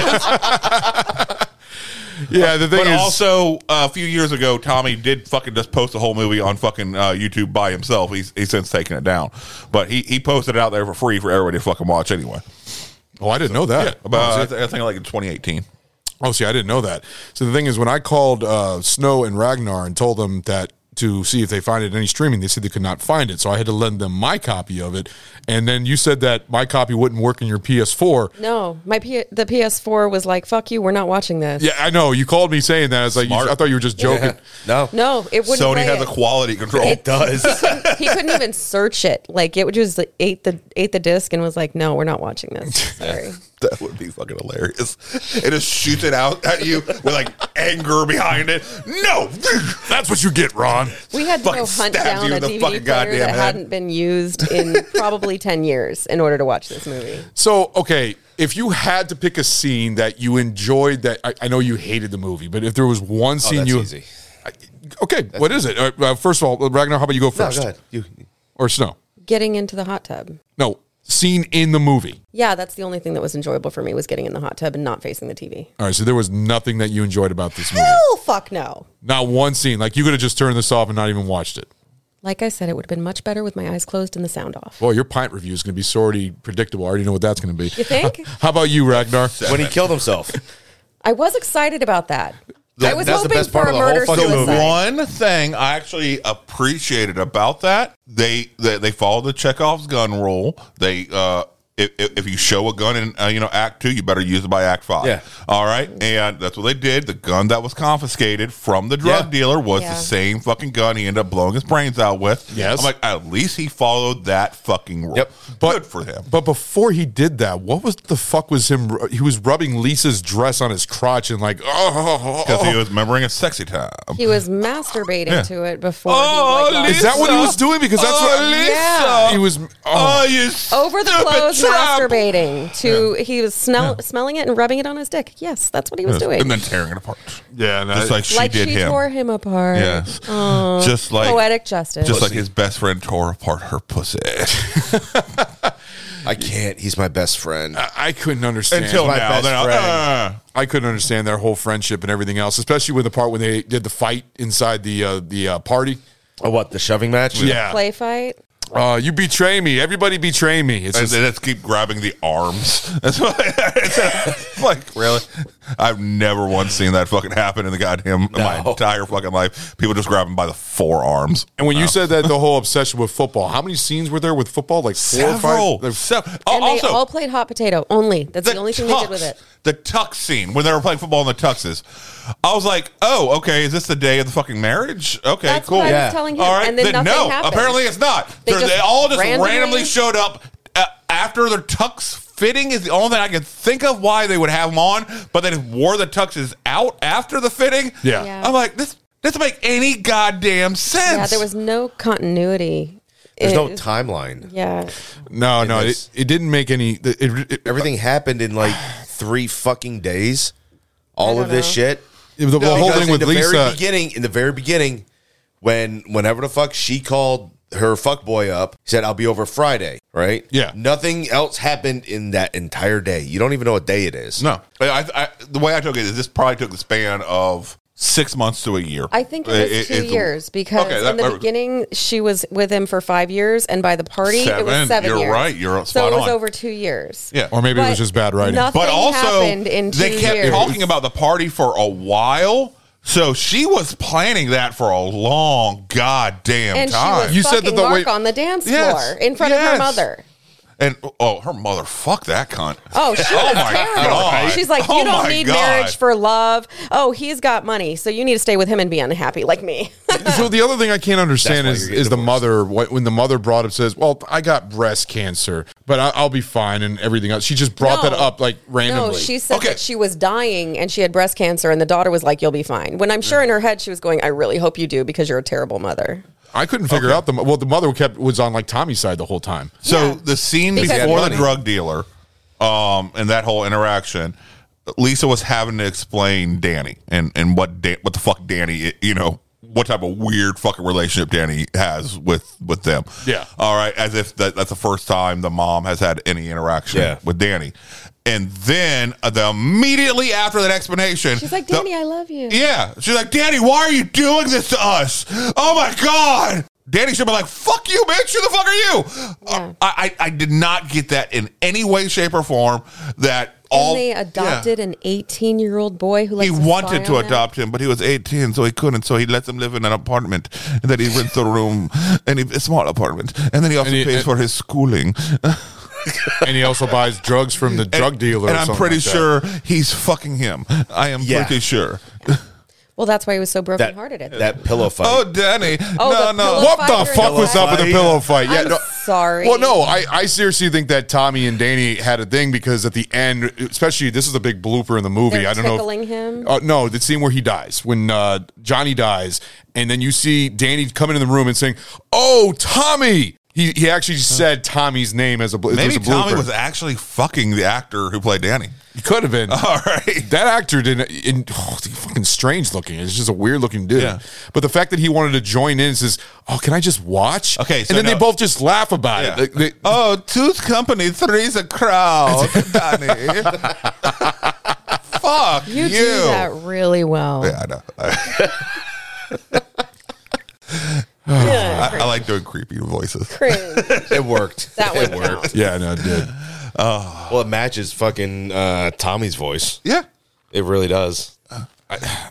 yeah, the thing but is- also uh, a few years ago, Tommy did fucking just post the whole movie on fucking uh, YouTube by himself. He's, he's since taken it down, but he he posted it out there for free for everybody to fucking watch anyway. Oh, I didn't know that. Yeah, about I, Oh, see- think, I think like in 2018. Oh, see, I didn't know that. So the thing is, when I called uh, Snow and Ragnar and told them that to see if they find it in any streaming, they said they could not find it. So I had to lend them my copy of it. And then you said that my copy wouldn't work in your PS4. No, my P- the PS4 was like, "Fuck you, we're not watching this." Yeah, I know. You called me saying that. I was like, you, I thought you were just joking. No, No, it wouldn't. play it. quality control. It *laughs* does. he couldn't even search it. Like it would just like, ate the ate the disc and was like, "No, we're not watching this." *laughs* Sorry. *laughs* That would be fucking hilarious. It just shoots it out at you with like anger behind it. No, *laughs* that's what you get, Ron. We had to Fucking go hunt stabs down you a in the DVD player fucking goddamn that head. hadn't been used *laughs* in probably ten years in order to watch this movie. So, okay, if you had to pick a scene that you enjoyed, that I, I know you hated the movie, but if there was one scene Oh, that's you. easy. I- okay, what is it? Uh, uh, first of all, Ragnar, how about you go first? go ahead. You- Or Snow. Getting into the hot tub. No, scene in the movie. Yeah, that's the only thing that was enjoyable for me was getting in the hot tub and not facing the TV. All right, so there was nothing that you enjoyed about this movie. Hell, fuck no. Not one scene. Like you could have just turned this off and not even watched it. Like I said, it would have been much better with my eyes closed and the sound off. Well, your pint review is going to be so already predictable. I already know what that's going to be. You think? *laughs* How about you, Ragnar? When he killed himself. I was excited about that. I was that's the hoping best for part a of the murder whole fucking suicide. movie. One thing I actually appreciated about that they they, they follow the Chekhov's gun rule. They uh, if, if if you show a gun in uh, you know Act Two, you better use it by Act Five. Yeah. All right, and that's what they did. The gun that was confiscated from the drug Yeah. dealer was Yeah. the same fucking gun he ended up blowing his brains out with. Yes. I'm like at least he followed that fucking rule. Yep. Good for him. But before he did that, what was the fuck was him? He was rubbing Lisa's dress on his crotch and like, oh, Because he was remembering a sexy time. He was masturbating Yeah. to it before. Oh, he, like, is that what he was doing? Because that's what Yeah. he was. Oh, Oh, you over the stupid clothes trap. masturbating to he was smell, smelling it and rubbing it on his dick. Yes, that's what he was doing. And then tearing it apart. Yeah, no, just like she like did she him. tore him apart. Yes. Aw. Just like poetic justice. Just like his best friend tore apart her pussy. *laughs* I can't. He's my best friend. I couldn't understand Until my now, best they're like, friend. "Uh." I couldn't understand their whole friendship and everything else, especially with the part when they did the fight inside the uh, the uh, party. Oh, what the shoving match? Yeah, play fight. Uh, you betray me. Everybody betray me. It's and just, they just keep grabbing the arms. *laughs* That's what it's *laughs* like really. I've never once seen that fucking happen in the goddamn my entire fucking life. People just grab him by the forearms. and when you said that, *laughs* the whole obsession with football. How many scenes were there with football? Like four Several. or five. Several. And they all played hot potato only. That's the, only thing they did with it. The tux scene when they were playing football in the tuxes. I was like, oh, okay, is this the day of the fucking marriage? Okay, That's cool. what I was Yeah. telling him, and then nothing no, happened. apparently it's not. They They're- They, just all just randomly, randomly- showed up uh, after their tux fitting is the only thing I can think of why they would have them on, but they just wore the tuxes out after the fitting. Yeah. Yeah. I'm like, this doesn't make any goddamn sense. Yeah, there was no continuity. There's It- no timeline. Yeah. No, no, this. it, it didn't make any. It, it- *sighs* Everything happened in like three fucking days. All of this shit. It was the whole Because thing in with the Very Lisa- beginning, in the very beginning, when whenever the fuck she called her fuck boy up, he said, "I'll be over Friday." Right? Yeah. Nothing else happened in that entire day. You don't even know what day it is. No, I, I, I- the way I took it is this probably took the span of six months to a year. Uh, I think it was It- two it's- years because Okay, that- in the that- beginning she was with him for five years, and by the party it Seven. was seven. You're years. right. You're so spot it was on. over two years. Yeah, or maybe it was But just bad writing. nothing happened in two they kept years. talking about the party for a while. So she was planning that for a long goddamn and time. she was fucking Mark on the dance Yes, floor in front of her yes. mother. and oh, her mother, fuck that cunt. *laughs* Oh, she was terrible. She's like, you Oh don't my need God. marriage for love. Oh, he's got money, so you need to stay with him and be unhappy like me. *laughs* So the other thing I can't understand That's why is you're is the mother what, when the mother brought up says, "Well, I got breast cancer, but I, I'll be fine and everything else." She just brought that No. up like randomly. No, she said that she was dying and she had breast cancer, and the daughter was like, "You'll be fine." When I'm sure in her head she was going, "I really hope you do because you're a terrible mother." I couldn't figure out the mo- well. The mother kept was on like Tommy's side the *laughs* whole time. So the scene Because- before the Money. drug dealer, um, and that whole interaction, Lisa was having to explain Danny and and what da- what the fuck Danny, i- you know, what type of weird fucking relationship Danny has with with them. Yeah. All right, as if that, that's the first time the mom has had any interaction Yeah. with Danny. And then uh, the immediately after that explanation, She's like, the- "Danny, I love you." yeah. She's like, Danny, why are you doing this to us? Oh my God. Danny should be like, fuck you, bitch. Who the fuck are you? Uh, I, I, I did not get that in any way, shape, or form that all. and they adopted an 18 year old boy who Yeah. He likes wanted spy to on them. adopt him, but he was 18, so he couldn't. So he lets him live in an apartment. And then he rents the room, and he, a small apartment. And then he also And he- pays and- for his schooling. and he also buys drugs from the *laughs* drug dealer. and or I'm something pretty like that. sure he's fucking him. I am Yeah. pretty sure. Well, that's why he was so broken hearted at that. pillow fight. Oh, Danny. Oh, the no, no. pillow What fight the during fuck was up with the fight? pillow fight? I'm sorry. Well, no, I, I seriously think that Tommy and Danny had a thing because at the end, especially this is a big blooper in the movie. They're I don't know. tickling him. Uh, no, the scene where he dies when uh, Johnny dies, and then you see Danny coming in the room and saying, "Oh, Tommy." He, he actually said Tommy's name as a bl- Maybe as a Tommy blooper. was actually fucking the actor who played Danny. *laughs* He could have been. All right. That actor didn't. And, oh, he's fucking strange looking. It's just a weird looking dude. Yeah. But the fact that he wanted to join in says, "Oh, can I just watch?" Okay, so and then no- they both just laugh about Yeah. *laughs* it. They- they- Oh, two's company, three's a crowd, *laughs* Danny. Fuck You, do that really well. Yeah, I know. *laughs* *laughs* I, I like doing creepy voices. Cringe. it worked. That it one worked. yeah, no, it did. Well, it matches fucking uh, Tommy's voice. Yeah. It really does.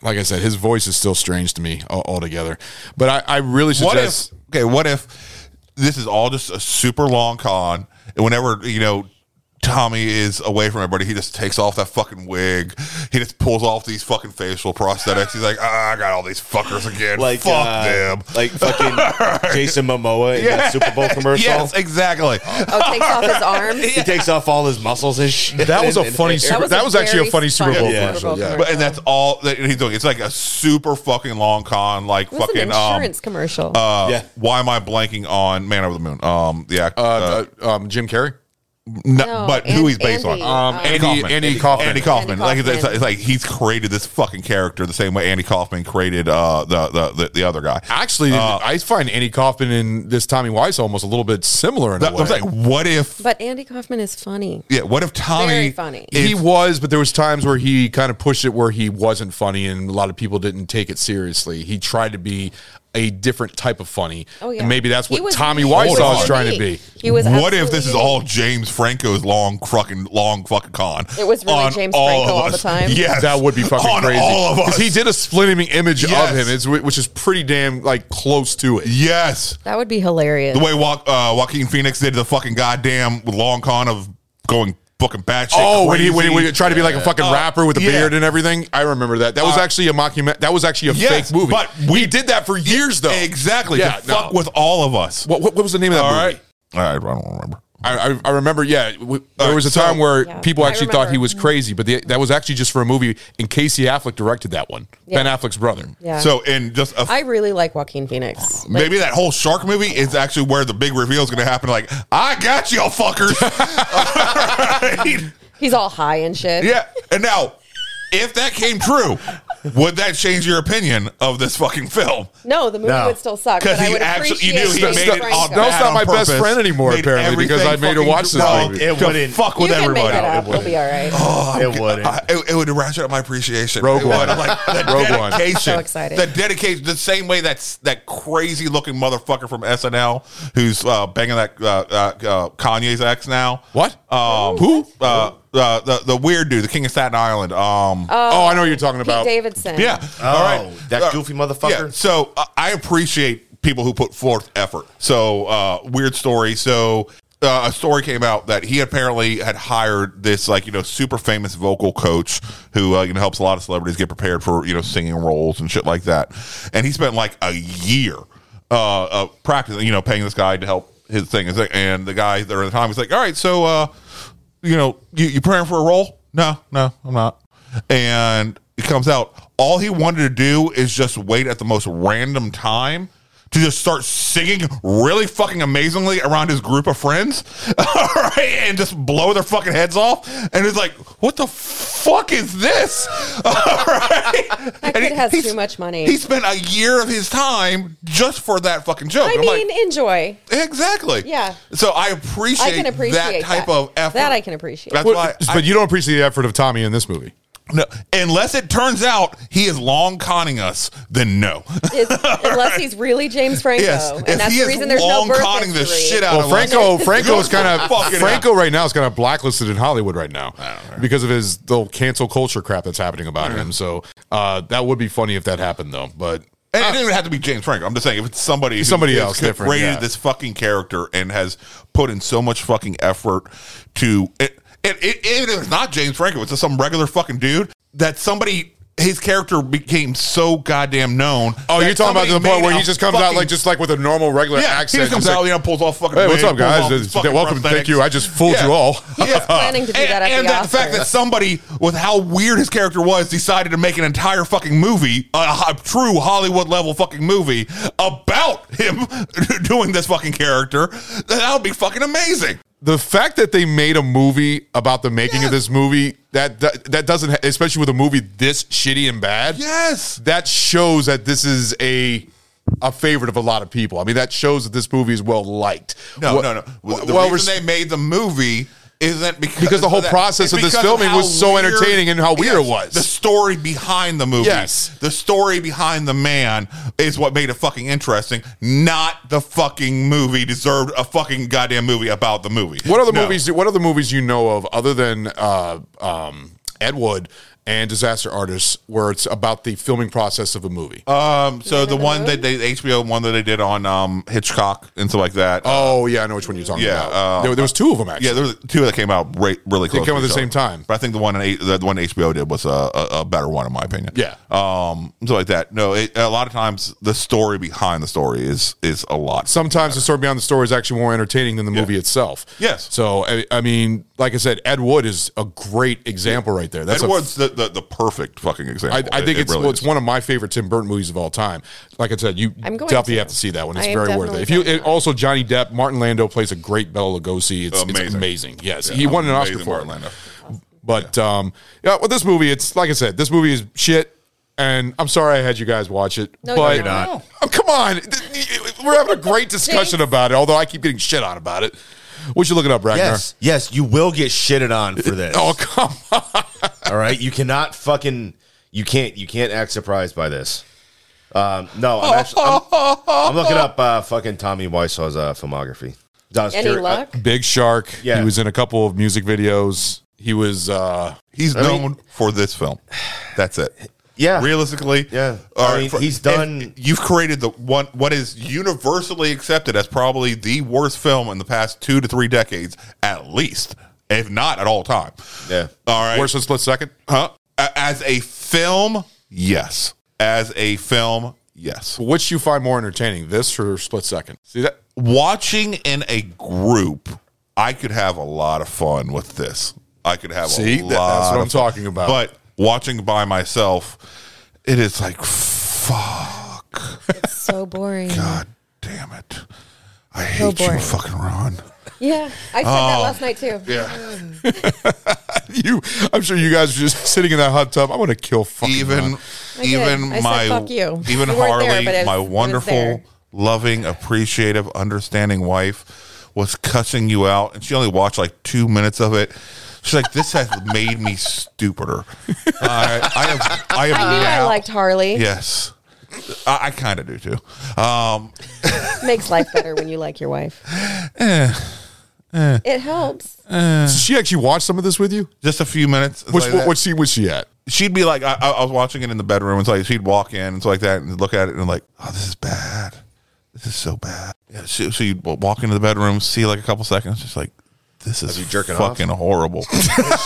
Like I said, his voice is still strange to me al- altogether. But I, I really What *laughs* suggest. if? Okay, what if this is all just a super long con? And whenever you know Tommy is away from everybody, he just takes off that fucking wig. He just pulls off these fucking facial prosthetics. He's like, ah, I got all these fuckers again. Like fuck uh, them. Like *laughs* fucking Jason Momoa in Yeah. that Super Bowl commercial. *laughs* Yes, exactly. Oh, takes off his *laughs* arms. He takes off all his muscles and shit. That was *laughs* a And- and- funny and- Super- was that a was actually a very funny Super funny Bowl Super commercial. Bowl yeah. commercial. But and that's all that he's doing. It's like a super fucking long con, like It was fucking an insurance um. commercial. Uh, Yeah. Why am I blanking on Man Over the Moon? Um, the act, uh, Uh, uh, um, Jim Carrey. no, no, but An- who he's based Andy, on? Um, Andy- Andy Kaufman. Andy Kaufman. Andy Like it's, it's, Kaufman. it's like he's created this fucking character the same way Andy Kaufman created uh, the, the the the other guy. Actually, Uh, I find Andy Kaufman in this Tommy Weiss almost a little bit similar in That- a I way. was like, what if? but Andy Kaufman is funny. Yeah, what if Tommy? Very funny. is- he was, but there was times where he kind of pushed it where he wasn't funny, and a lot of people didn't take it seriously. He tried to be a different type of funny, Oh, yeah. and maybe that's He what was Tommy unique. Hold Wiseau was on. trying to be. He was what if absolutely this is unique. all James Franco's long fucking long fucking con? It was really on James all Franco of all the us? time? Yes, That would be fucking on crazy. All of 'Cause us. He did a splitting image Yes. of him, it's, which is pretty damn like close to it. Yes. That would be hilarious. The way Wa- uh, Joaquin Phoenix did the fucking goddamn long con of going fucking batshit. Oh, when crazy. he, when he when he tried to be like a fucking Uh, rapper with a yeah. beard and everything, I remember that. That was Uh, actually a mockument. That was actually a Yes, fake movie. but we did that for years, though. exactly Yeah, to no. fuck with all of us. What, what, what was the name of that All movie? right. All right, I don't remember. I, I, I remember, yeah, w- there right, was a so- time where Yeah, people I actually thought he remember. was crazy, but the, that was actually just for a movie. And Casey Affleck directed that one, Yeah. Ben Affleck's brother. yeah. So in just a. I really like Joaquin Phoenix. Like, Maybe that whole shark movie is actually where the big reveal is going to happen. Like, I got y'all *laughs* fuckers. All right. he's all high and shit. Yeah. And now, if that came true, would that change your opinion of this fucking film? No, the movie No. would still suck. Because But I he would actually, you appreciate knew he James made it on Franco. No, it's bad not on my best purpose, friend anymore, made apparently, because I everything made her fucking watch this drunk movie. It to wouldn't- fuck You with can everybody. Oh, make it up. It It'll be all *laughs* right. It wouldn't. I- it, it would ratchet up my appreciation. Rogue It would. One. I'm like the Rogue One. dedication. So excited. The dedication. The same way that's that crazy looking motherfucker from SNL who's uh, banging that uh, uh, uh, Kanye's ex now. What? Um, Who? Uh, Uh, the the weird dude, the King of Staten Island. Um, Oh, oh, I know what you're talking Pete about. Davidson. Yeah. Oh, that goofy motherfucker. Yeah. So uh, I appreciate people who put forth effort. So uh, weird story. So uh, a story came out that he apparently had hired this like you know super famous vocal coach who uh, you know helps a lot of celebrities get prepared for you know singing roles and shit like that. And he spent like a year uh, of practicing, you know, paying this guy to help his thing. His thing. And the guy there at the time was like, "All right, so uh, you know, you, you praying for a role? No, no, I'm not." and it comes out. All he wanted to do is just wait at the most random time to just start singing really fucking amazingly around his group of friends, *laughs* all right, and just blow their fucking heads off. And it's like, what the fuck is this? *laughs* All right, That kid has too much money. he spent a year of his time just for that fucking joke. I And I'm like, mean, enjoy. exactly. Yeah. So I appreciate, I can appreciate that type of effort. That I can appreciate. That's Well, why but you don't appreciate the effort of Tommy in this movie. No, unless it turns out he is long conning us, then no. *laughs* It's- unless he's really James Franco, Yes, and if that's he the is reason there's no long birth conning the history. shit out Well, of Franco, us. *laughs* Franco's kind Fucking of hell. Franco right now is kind of blacklisted in Hollywood right now because of his the cancel culture crap that's happening about Mm-hmm. him. So uh, that would be funny if that happened though. But And it didn't even have to be James Franco. I'm just saying, if it's somebody who Ah. Somebody is else different, created yeah. this fucking character and has put in so much fucking effort to it, it, it, even if it's not James Franco, it's just some regular fucking dude that somebody his character became so goddamn known. oh, that you're talking somebody about to the point made where he a just comes out fucking- like just like with a normal regular yeah, accent. He just comes just out, like, you know, pulls off fucking. Hey, what's wig, up, guys? pulls off This- fucking welcome. Thank you. I just fooled you all. Yeah. planning to do and, that at and the that fact that somebody with how weird his character was decided to make an entire fucking movie, a, ho- true Hollywood level fucking movie about him *laughs* doing this fucking character, that would be fucking amazing. the fact that they made a movie about the making of this movie that that, that doesn't ha- especially with a movie this shitty and bad yes that shows that this is a a favorite of a lot of people i mean that shows that this movie is well liked No, Wha- no, no. wha- The well reason res- they made the movie isn't because Because the whole that- process it's of this because filming how was so weird- entertaining and how weird it was. The story behind the movie, Yes. the story behind the man is what made it fucking interesting. Not the fucking movie deserved a fucking goddamn movie about the movie. what other No. movies what other movies you know of other than uh um ed wood and disaster artists where it's about the filming process of a movie Um, so the one that they the HBO one that they did on um Hitchcock and stuff like that. oh yeah i know which one you're talking yeah, about uh, there, there was two of them actually Yeah, there was two that came out right, really They close. came to out at each the same other. time. but I think the one on- the one HBO did was a, a, a better one in my opinion. Yeah. um, so like that. No, it, a lot of times the story behind the story is is a lot. sometimes the story behind the story is actually more entertaining than the movie itself. Yes. So I, I mean, like I said, Ed Wood is a great example right there. That's That's a- Edward's the, the the perfect fucking example. I, I It- think it it's really well, is. it's one of my favorite Tim Burton movies of all time. Like I said, you I'm going definitely to. have to see that one. It's I am very worth definitely it. If you it, also Johnny Depp, Martin Lando plays a great Bela Lugosi. It's amazing. It's Amazing. amazing. Yes, Yeah, he won an Oscar amazing for it. Orlando. But um, yeah, well, this movie, it's like I said, this movie is shit. And I'm sorry I had you guys watch it, No, but you're not. No. Oh, come on, Th- we're having a *laughs* great discussion about it. Although I keep getting shit on about it. What you looking up, Ragnar? Yes, yes, you will get shitted on for *laughs* this. Oh come on! All right, you cannot fucking, you can't, you can't act surprised by this. Um, no, *laughs* I'm actually, I'm, I'm looking up uh, fucking Tommy Wiseau's uh, filmography. I was uh, Any curi- luck? Big Shark. Yeah. He was in a couple of music videos. He was. uh He's I mean- known for this film. That's it. Yeah. Realistically, yeah. I mean, he's done- You've created the one what is universally accepted as probably the worst film in the past two to three decades, at least, if not at all time. Yeah. All right. Worse than Split Second? Huh? A- As a film, yes. As a film, yes. Which you find more entertaining, this or Split Second? See that? Watching in a group, I could have a lot of fun with this. I could have See, a that- lot that's what of I'm fun. talking about. But watching by myself, it is like fuck. so boring. God damn it. I So hate you boring. fucking Ron. Yeah, I said Oh. that last night too. Yeah. *laughs* you, I'm sure you guys are just *laughs* sitting in that hot tub. I'm going to kill fucking Even Ron. I did. even I said, my "Fuck you." even You weren't there, Harley, but it my was- it was there. wonderful, loving, appreciative, understanding wife was cussing you out and she only watched like 2 minutes of it. She's like, this has *laughs* made me stupider. I, I have, I have I knew I now- liked Harley. Yes. I, I kind of do too. Um, Makes life better when you like your wife. eh, Eh. It helps. So she actually watched some of this with you? Just a few minutes. Which, like that. what, she, was she at? She'd be like, I, I I was watching it in the bedroom. It's like she'd walk in, it's like that, and look at it, and like, oh, this is bad. This is so bad. Yeah, she, so you'd w- walk into the bedroom, see like a couple seconds, just like, this is you jerking off? fucking horrible. *laughs* *laughs* she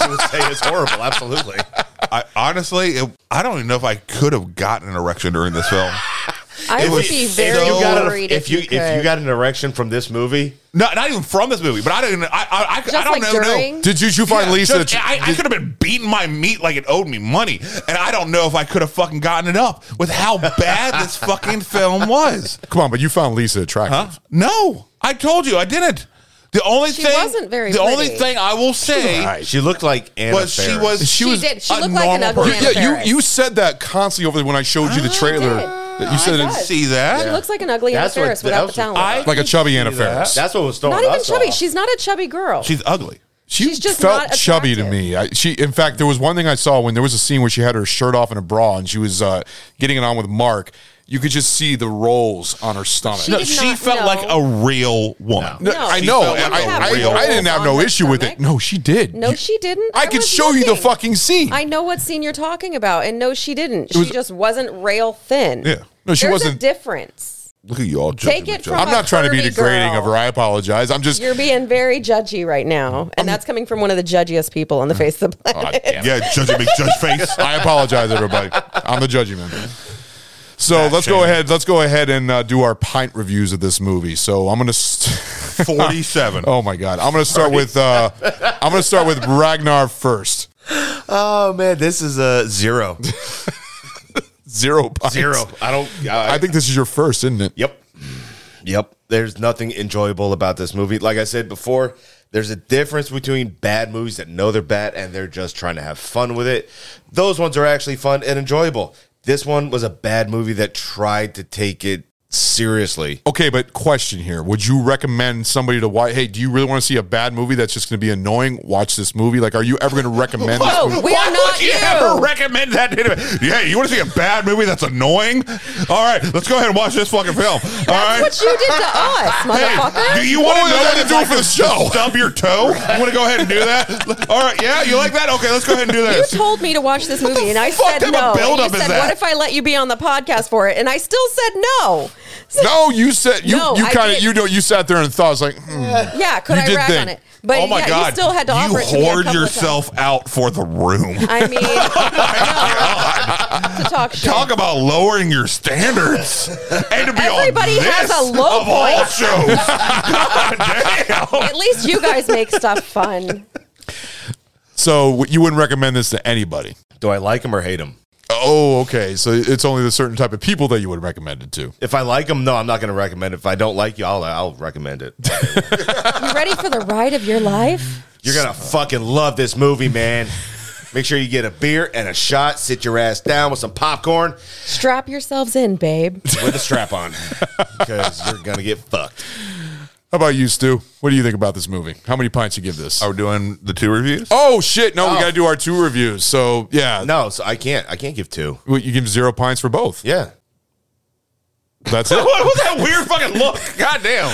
would say it's horrible. Absolutely. *laughs* I honestly, it, I don't even know if I could have gotten an erection during this film. I It would was be very you got an- worried if if you you if you could. got an erection from this movie, not not even from this movie, but I didn't. I I, I, Just I don't like know. during? No. Did you- did you find Lisa just- that- I, I could have been beating my meat like it owed me money, and I don't know if I could have fucking gotten it up with how bad this fucking film was. Come on, but you found Lisa attractive. No, I told you I didn't. The only She thing wasn't very the only pretty. thing I will say all right, she looked like Anna was she Faris. was She did. She looked like an normal ugly person. Anna Yeah, Faris. you you said that constantly over the, when I showed you the trailer. That you said I it, was. see She that. looks like an ugly Anna *laughs* That's what- Faris that without the was- talent. I like a chubby Anna See that? Faris. That's what was throwing not even us chubby. off. She's not a chubby girl. She's ugly. She She's just felt not chubby to attractive. me. I, she, in fact, there was one thing I saw when there was a scene where she had her shirt off and a bra, and she was uh, getting it on with Mark. You could just see the rolls on her stomach. She No, did she not felt know. like a real woman. No, No, I she know. felt like I, a I- real I didn't have woman. no On her issue with it. stomach? No, she did. No, You- she didn't. I could was show you the looking. fucking scene. I know what scene you're talking about, and no, she didn't. was- she just wasn't rail thin. Yeah. No, she There's wasn't- a difference. Look at you all Take judging it each from other. I'm not trying to be curvy degrading girl. of her. I apologize. I'm just. *laughs* You're being very judgy right now, and that's coming from one of the judgiest people on the face of the Oh, God planet. damn it. Yeah, judge me, judge face. I apologize, everybody. I'm the judgy man. So Fat let's shaming. go ahead. Let's go ahead and uh, do our pint reviews of this movie. So I'm gonna. *laughs* St- Forty-seven. oh my god! I'm gonna start with. Uh, I'm gonna start with Ragnar first. Oh man, this is a zero. Zero pints. Zero. I don't. I, I think this is your first, isn't it? Yep. Yep. There's nothing enjoyable about this movie. Like I said before, there's a difference between bad movies that know they're bad and they're just trying to have fun with it. Those ones are actually fun and enjoyable. This one was a bad movie that tried to take it seriously. Okay, but question here: Would you recommend somebody to watch? Hey, do you really want to see a bad movie that's just going to be annoying? Watch this movie. Like, are you ever going to recommend this Whoa, movie? we are not would you, you. ever recommend that to anybody? Yeah, you want to see a bad movie that's annoying? All right, let's go ahead and watch this fucking film. All right. What you did to *laughs* us, motherfucker. do you want to What know was I what gonna to do do for for the the show? show? Stub your toe? You want to go ahead and do that? All right, yeah, you like that? *laughs* Okay, let's go ahead and do You this. told me to watch this movie, and I fuck said type of no. And buildup you is said, that? "What if I let you be on the podcast for it?" And I still said no. No, you said you No, you I kind of did. you know you sat there and thought it's like hmm. Yeah, could You I did rag think, on it? But oh my yeah, god, you still had to offer you it to me a hoard couple of times. yourself out for the room. I *laughs* mean, no, to talk shit. Oh, Talk about lowering your standards and to be Everybody on this has a low of all point. *laughs* shows. God damn. At least you guys make stuff fun. so you wouldn't recommend this to anybody. Do I like him or hate him? Oh, okay. So it's only the certain type of people that you would recommend it to. If I like him, no, I'm not going to recommend it. If I don't like you, I'll I'll recommend *laughs* it. You ready for the ride of your life? You're gonna fucking love this movie, man. Make sure you get a beer and a shot. Sit your ass down with some popcorn Strap yourselves in, babe. with a strap on, because you're gonna get fucked. How about you, Stu? What do you think about this movie? How many pints you give this? Are we doing the two reviews? Oh shit! No, we Oh. got to do our two reviews. So yeah, No, so I can't. I can't give two. What, you give zero pints for both. Yeah, *laughs* That's it. What was that weird fucking look? God damn.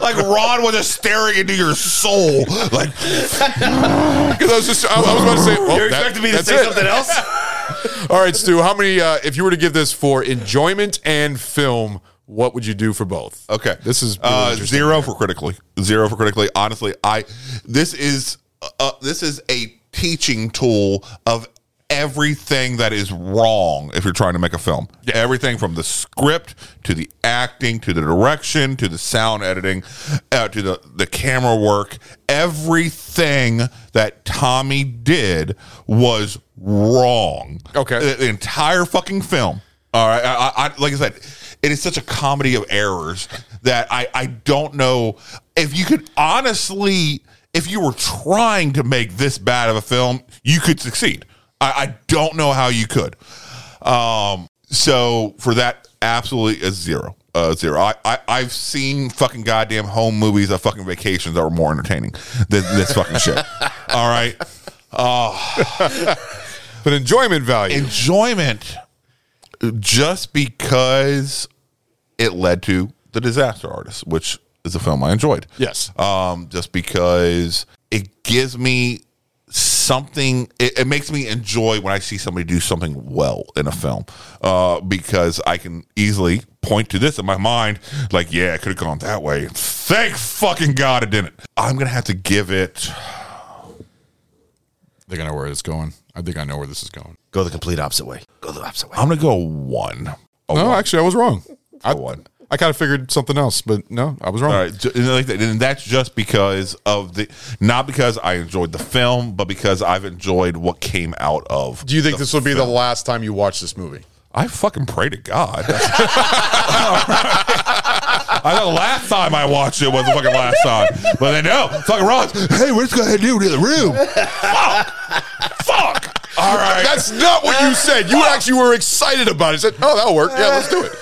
like Ron was just staring into your soul. Like, Because I was just I, I was about to say well, you're that- expecting me to that's say it. something else. *laughs* All right, Stu. How many? Uh, if you were to give this for enjoyment and film, what would you do for both? okay. This is really uh, interesting. zero for critically. Zero for critically. Honestly, I this is uh, this is a teaching tool of everything that is wrong if you're trying to make a film. Everything from the script to the acting to the direction to the sound editing uh, to the the camera work. Everything that Tommy did was wrong. Uh, Okay. The- the entire fucking film. All right, I, I, I like I said, it is such a comedy of errors that I I don't know if you could honestly, if you were trying to make this bad of a film, you could succeed. I, I don't know how you could. Um, so for that, absolutely a zero. Uh, zero. I, I I've seen fucking goddamn home movies of fucking vacations that were more entertaining than this fucking *laughs* shit. All right. Uh, But enjoyment value. enjoyment just because it led to the disaster artist which is a film I enjoyed. Yes. Um, just because it gives me something, it, it makes me enjoy when I see somebody do something well in a film uh, because I can easily point to this in my mind, like, yeah, it could have gone that way. Thank fucking God it didn't. I'm going to have to give it. I think I know where it's going. I think I know where this is going. Go the complete opposite way. Go the opposite way. I'm gonna go one. Oh, no, actually, I was wrong. I one. I kind of figured something else, but no, I was wrong. All right, ju- and like that- and that's just because of the not because I enjoyed the film, but because I've enjoyed what came out of. Do you think this will be the last time you watch this movie? I fucking pray to *laughs* God. I know last time I watched it was the fucking last time, but then no, fucking Ross. Hey, we're just gonna head new to the room. All right. That's not what you said. You actually were excited about it. You said, oh, that'll work. Yeah, let's do it.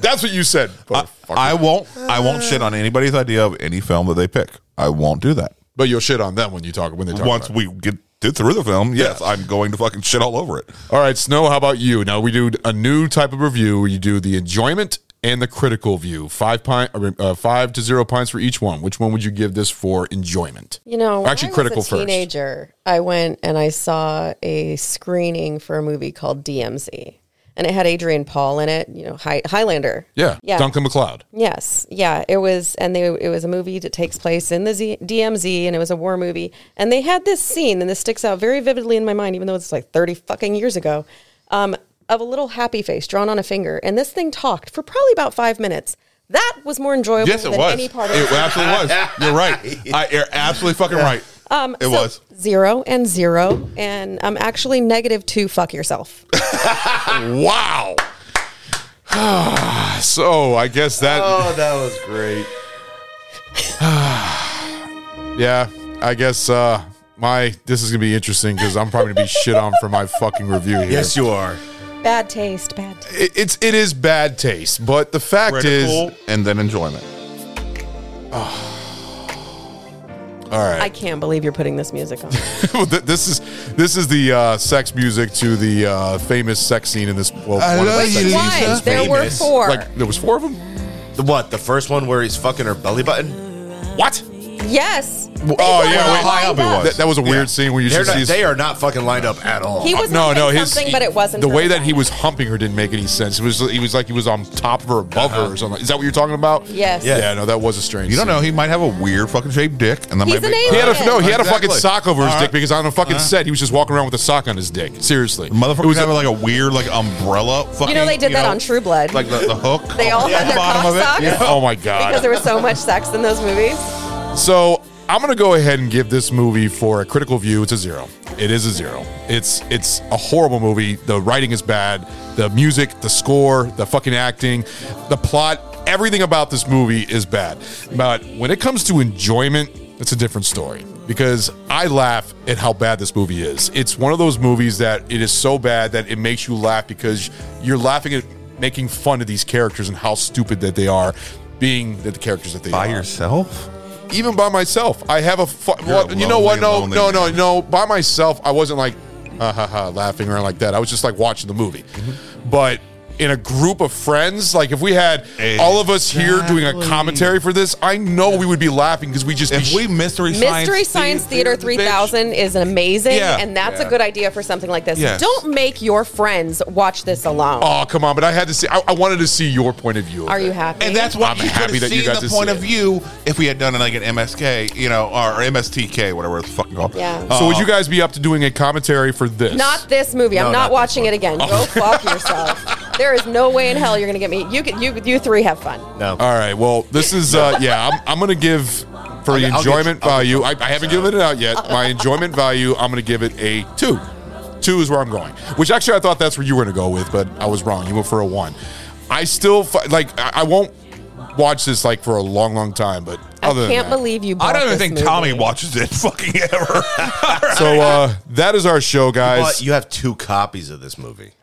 That's what you said. I, I won't. I won't shit on anybody's idea of any film that they pick. I won't do that. But you'll shit on them when you talk when they talk. Once about we get did through the film, yes, I'm going to fucking shit all over it. it. All right, Snow. How about you? Now we do a new type of review where you do the enjoyment and the critical view. Five pint, uh, five to zero pints for each one. Which one would you give this for enjoyment? You know, when actually, I was critical a first. teenager, I went and I saw a screening for a movie called DMZ, and it had Adrian Paul in it. You know, High, Highlander. Yeah, yeah. Duncan McLeod. Yes, yeah, it was, and they it was a movie that takes place in the Z, DMZ, and it was a war movie, and they had this scene, and this sticks out very vividly in my mind, even though it's like thirty fucking years ago, um, of a little happy face drawn on a finger, and this thing talked for probably about five minutes. That was more enjoyable Yes, it than was. any part of it absolutely was. You're right. *laughs* I, you're absolutely fucking right. Um, it was. zero and zero, and I'm actually negative two. Fuck yourself. wow. so I guess that. Oh, that was great. *sighs* Yeah, I guess uh my this is gonna be interesting because I'm probably gonna be shit on for my fucking review here. Yes, you are. Bad taste. Bad. Taste. It, it's it is bad taste, but the fact Critical is, and then enjoyment. all right. I can't believe you're putting this music on. Well, *laughs* th- this is this is the uh, sex music to the uh, famous sex scene in this. Well, I one of the love sex you, scenes Lisa. in this There movie. were four. Like there was four of them. The what? The first one where he's fucking her belly button? What? yes. They Oh were yeah, all wait, lined up. That, that was a weird scene where you They're should not, see. they are not fucking lined up at all. He was no, humping no, his something, but it wasn't the way her that he was humping her didn't make any sense. It was he was like he was on top of her, above her, or something. Is that what you're talking about? Uh-huh. Yes. Yeah, Yeah. no, that was a strange. You don't scene. know. He might have a weird fucking shaped dick, and that He's might an be. alien. He had a, no, he had a Exactly. fucking sock over his All dick right. because on a fucking All right. set he was just walking around with a sock on his dick. Seriously, Motherfuckers It was a- having like a weird like umbrella. Fucking, You know they did that know, on True Blood. Like the, the hook. They all had their cock socks Oh my god! because there was so much sex in those movies. So I'm gonna go ahead and give this movie for a critical view. It's a zero. It is a zero. It's it's a horrible movie. The writing is bad. The music, the score, the fucking acting, the plot, everything about this movie is bad. But when it comes to enjoyment, it's a different story because I laugh at how bad this movie is. It's one of those movies that it is so bad that it makes you laugh because you're laughing at making fun of these characters and how stupid that they are, being that the characters that they are. by yourself. even by myself. I have a fu- well, a you know what? No, lonely, no, lonely no, man. no. By myself, I wasn't like ha ha ha laughing around like that. I was just like watching the movie. Mm-hmm. But in a group of friends, like if we had all of us here doing a commentary for this, I know we would be laughing because we just If we mystery science Mystery Science Theater, 3000 is an amazing, Yeah. and that's Yeah. a good idea for something like this. Yes. Don't make your friends watch this alone. Oh come on! But I had to see. I, I wanted to see your point of view. Are you happy? And that's why I'm I'm happy that you got the to point see of it. view if we had done like an MSK, you know, or MSTK, whatever it's fucking called. Yeah. Uh, So would you guys be up to doing a commentary for this? Not this movie. No, I'm not not this Oh. watching it again. Go *laughs* fuck yourself. There is no way in hell you're gonna get me. You could, you you three have fun. No. All right. Well, this is uh yeah. I'm, I'm gonna give for I'll- I'll get enjoyment you- I'll get value. you I, I haven't given it out yet. My enjoyment value. I'm gonna give it a two. Two is where I'm going. Which actually I thought that's where you were gonna go with, but I was wrong. You went for a one. I still fi- like. I, I won't watch this like for a long, long time. But I other can't than believe you. I Bought don't even this think movie. Tommy watches it *laughs* fucking ever. that, so uh, that is our show, But guys. you have two copies of this movie,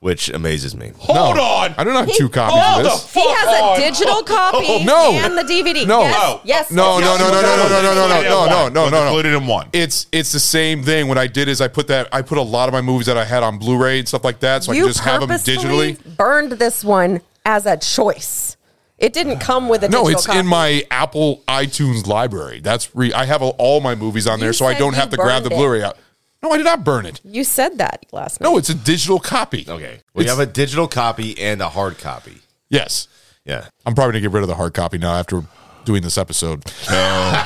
which amazes me. Hold on. I don't have He- *laughs* two copies of Hold this. oh, the He fuck on. Oh, has a digital copy No. and the DVD. No. Yes. yes No, yes, no, yes. no, no, no, no, no, no, no, no, no, no, no, Was no. Included in one. It's it's the same thing. What I did is I put that I put a lot of my movies that I had on Blu-ray and stuff like that, so I you can just have them purposefully digitally. Burned this one as a choice. It didn't come with a no, digital it's in copy. my Apple iTunes library. That's re- I have all my movies on there, so I said don't you have to grab burned the it. Blu-ray out. No, I did not burn it. You said that last night. No, it's a digital copy. Okay. We It's- have a digital copy and a hard copy. Yes. Yeah. I'm probably gonna get rid of the hard copy now after doing this episode. No,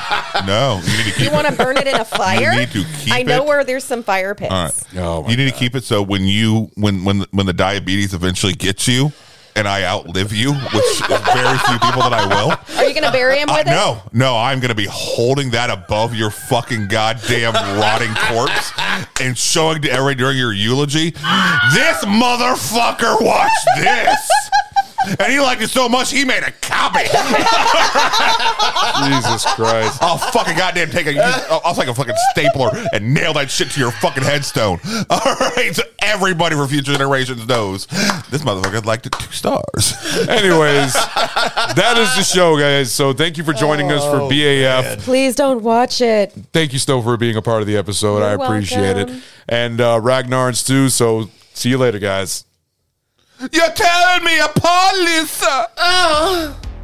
no, you need to You *laughs* want to burn it in a fire? need to keep I know it. where there's some fire pits. All right. Oh, you need to keep it so when you when when when the diabetes eventually gets you and I outlive you, which is very few people that I will. Are you going to *laughs* bury him with it? *laughs* No, no, I'm going to be holding that above your fucking goddamn rotting corpse and showing to everyone during your eulogy. This motherfucker watched this. And he liked it so much, he made a copy. Jesus Christ. I'll fucking goddamn take a, I'll I'll take a fucking stapler and nail that shit to your fucking headstone. *laughs* All right, so everybody for future generations knows this motherfucker liked it two stars. Anyways, that is the show, guys. So thank you for joining us for Oh, BAF. Please don't watch it. Thank you, Stowe, for being a part of the episode. I appreciate welcome. it. And uh, Ragnar and Stu. So see you later, guys. You're telling me a Paulissa.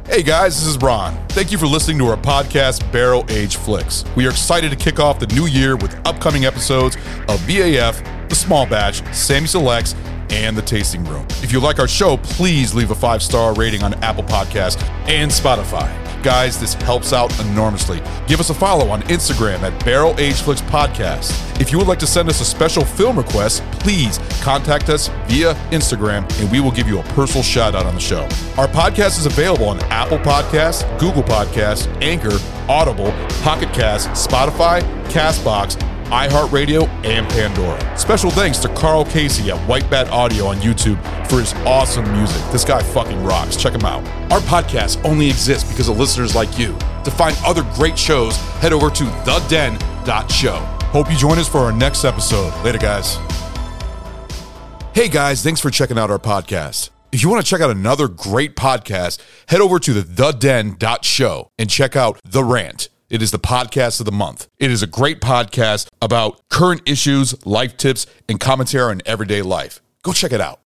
Hey guys, this is Ron. Thank you for listening to our podcast, Barrel Age Flicks. We are excited to kick off the new year with upcoming episodes of VAF, The Small Batch, Sammy Selects, and The Tasting Room. If you like our show, please leave a five star rating on Apple Podcasts and Spotify. Guys, this helps out enormously. Give us a follow on Instagram at Barrel Age Flicks Podcast. If you would like to send us a special film request, please contact us via Instagram and we will give you a personal shout out on the show. Our podcast is available on Apple Podcasts, Google Podcasts, Anchor, Audible, Pocket Cast, Spotify, Castbox, iHeartRadio, and Pandora. Special thanks to Carl Casey at White Bat Audio on YouTube for his awesome music. This guy fucking rocks. Check him out. Our podcast only exists because of listeners like you. To find other great shows, head over to theden.show. Hope you join us for our next episode. Later, guys. Hey guys, thanks for checking out our podcast. If you want to check out another great podcast, head over to the theden.show and check out The Rant. It is the podcast of the month. It is a great podcast about current issues, life tips, and commentary on everyday life. Go check it out.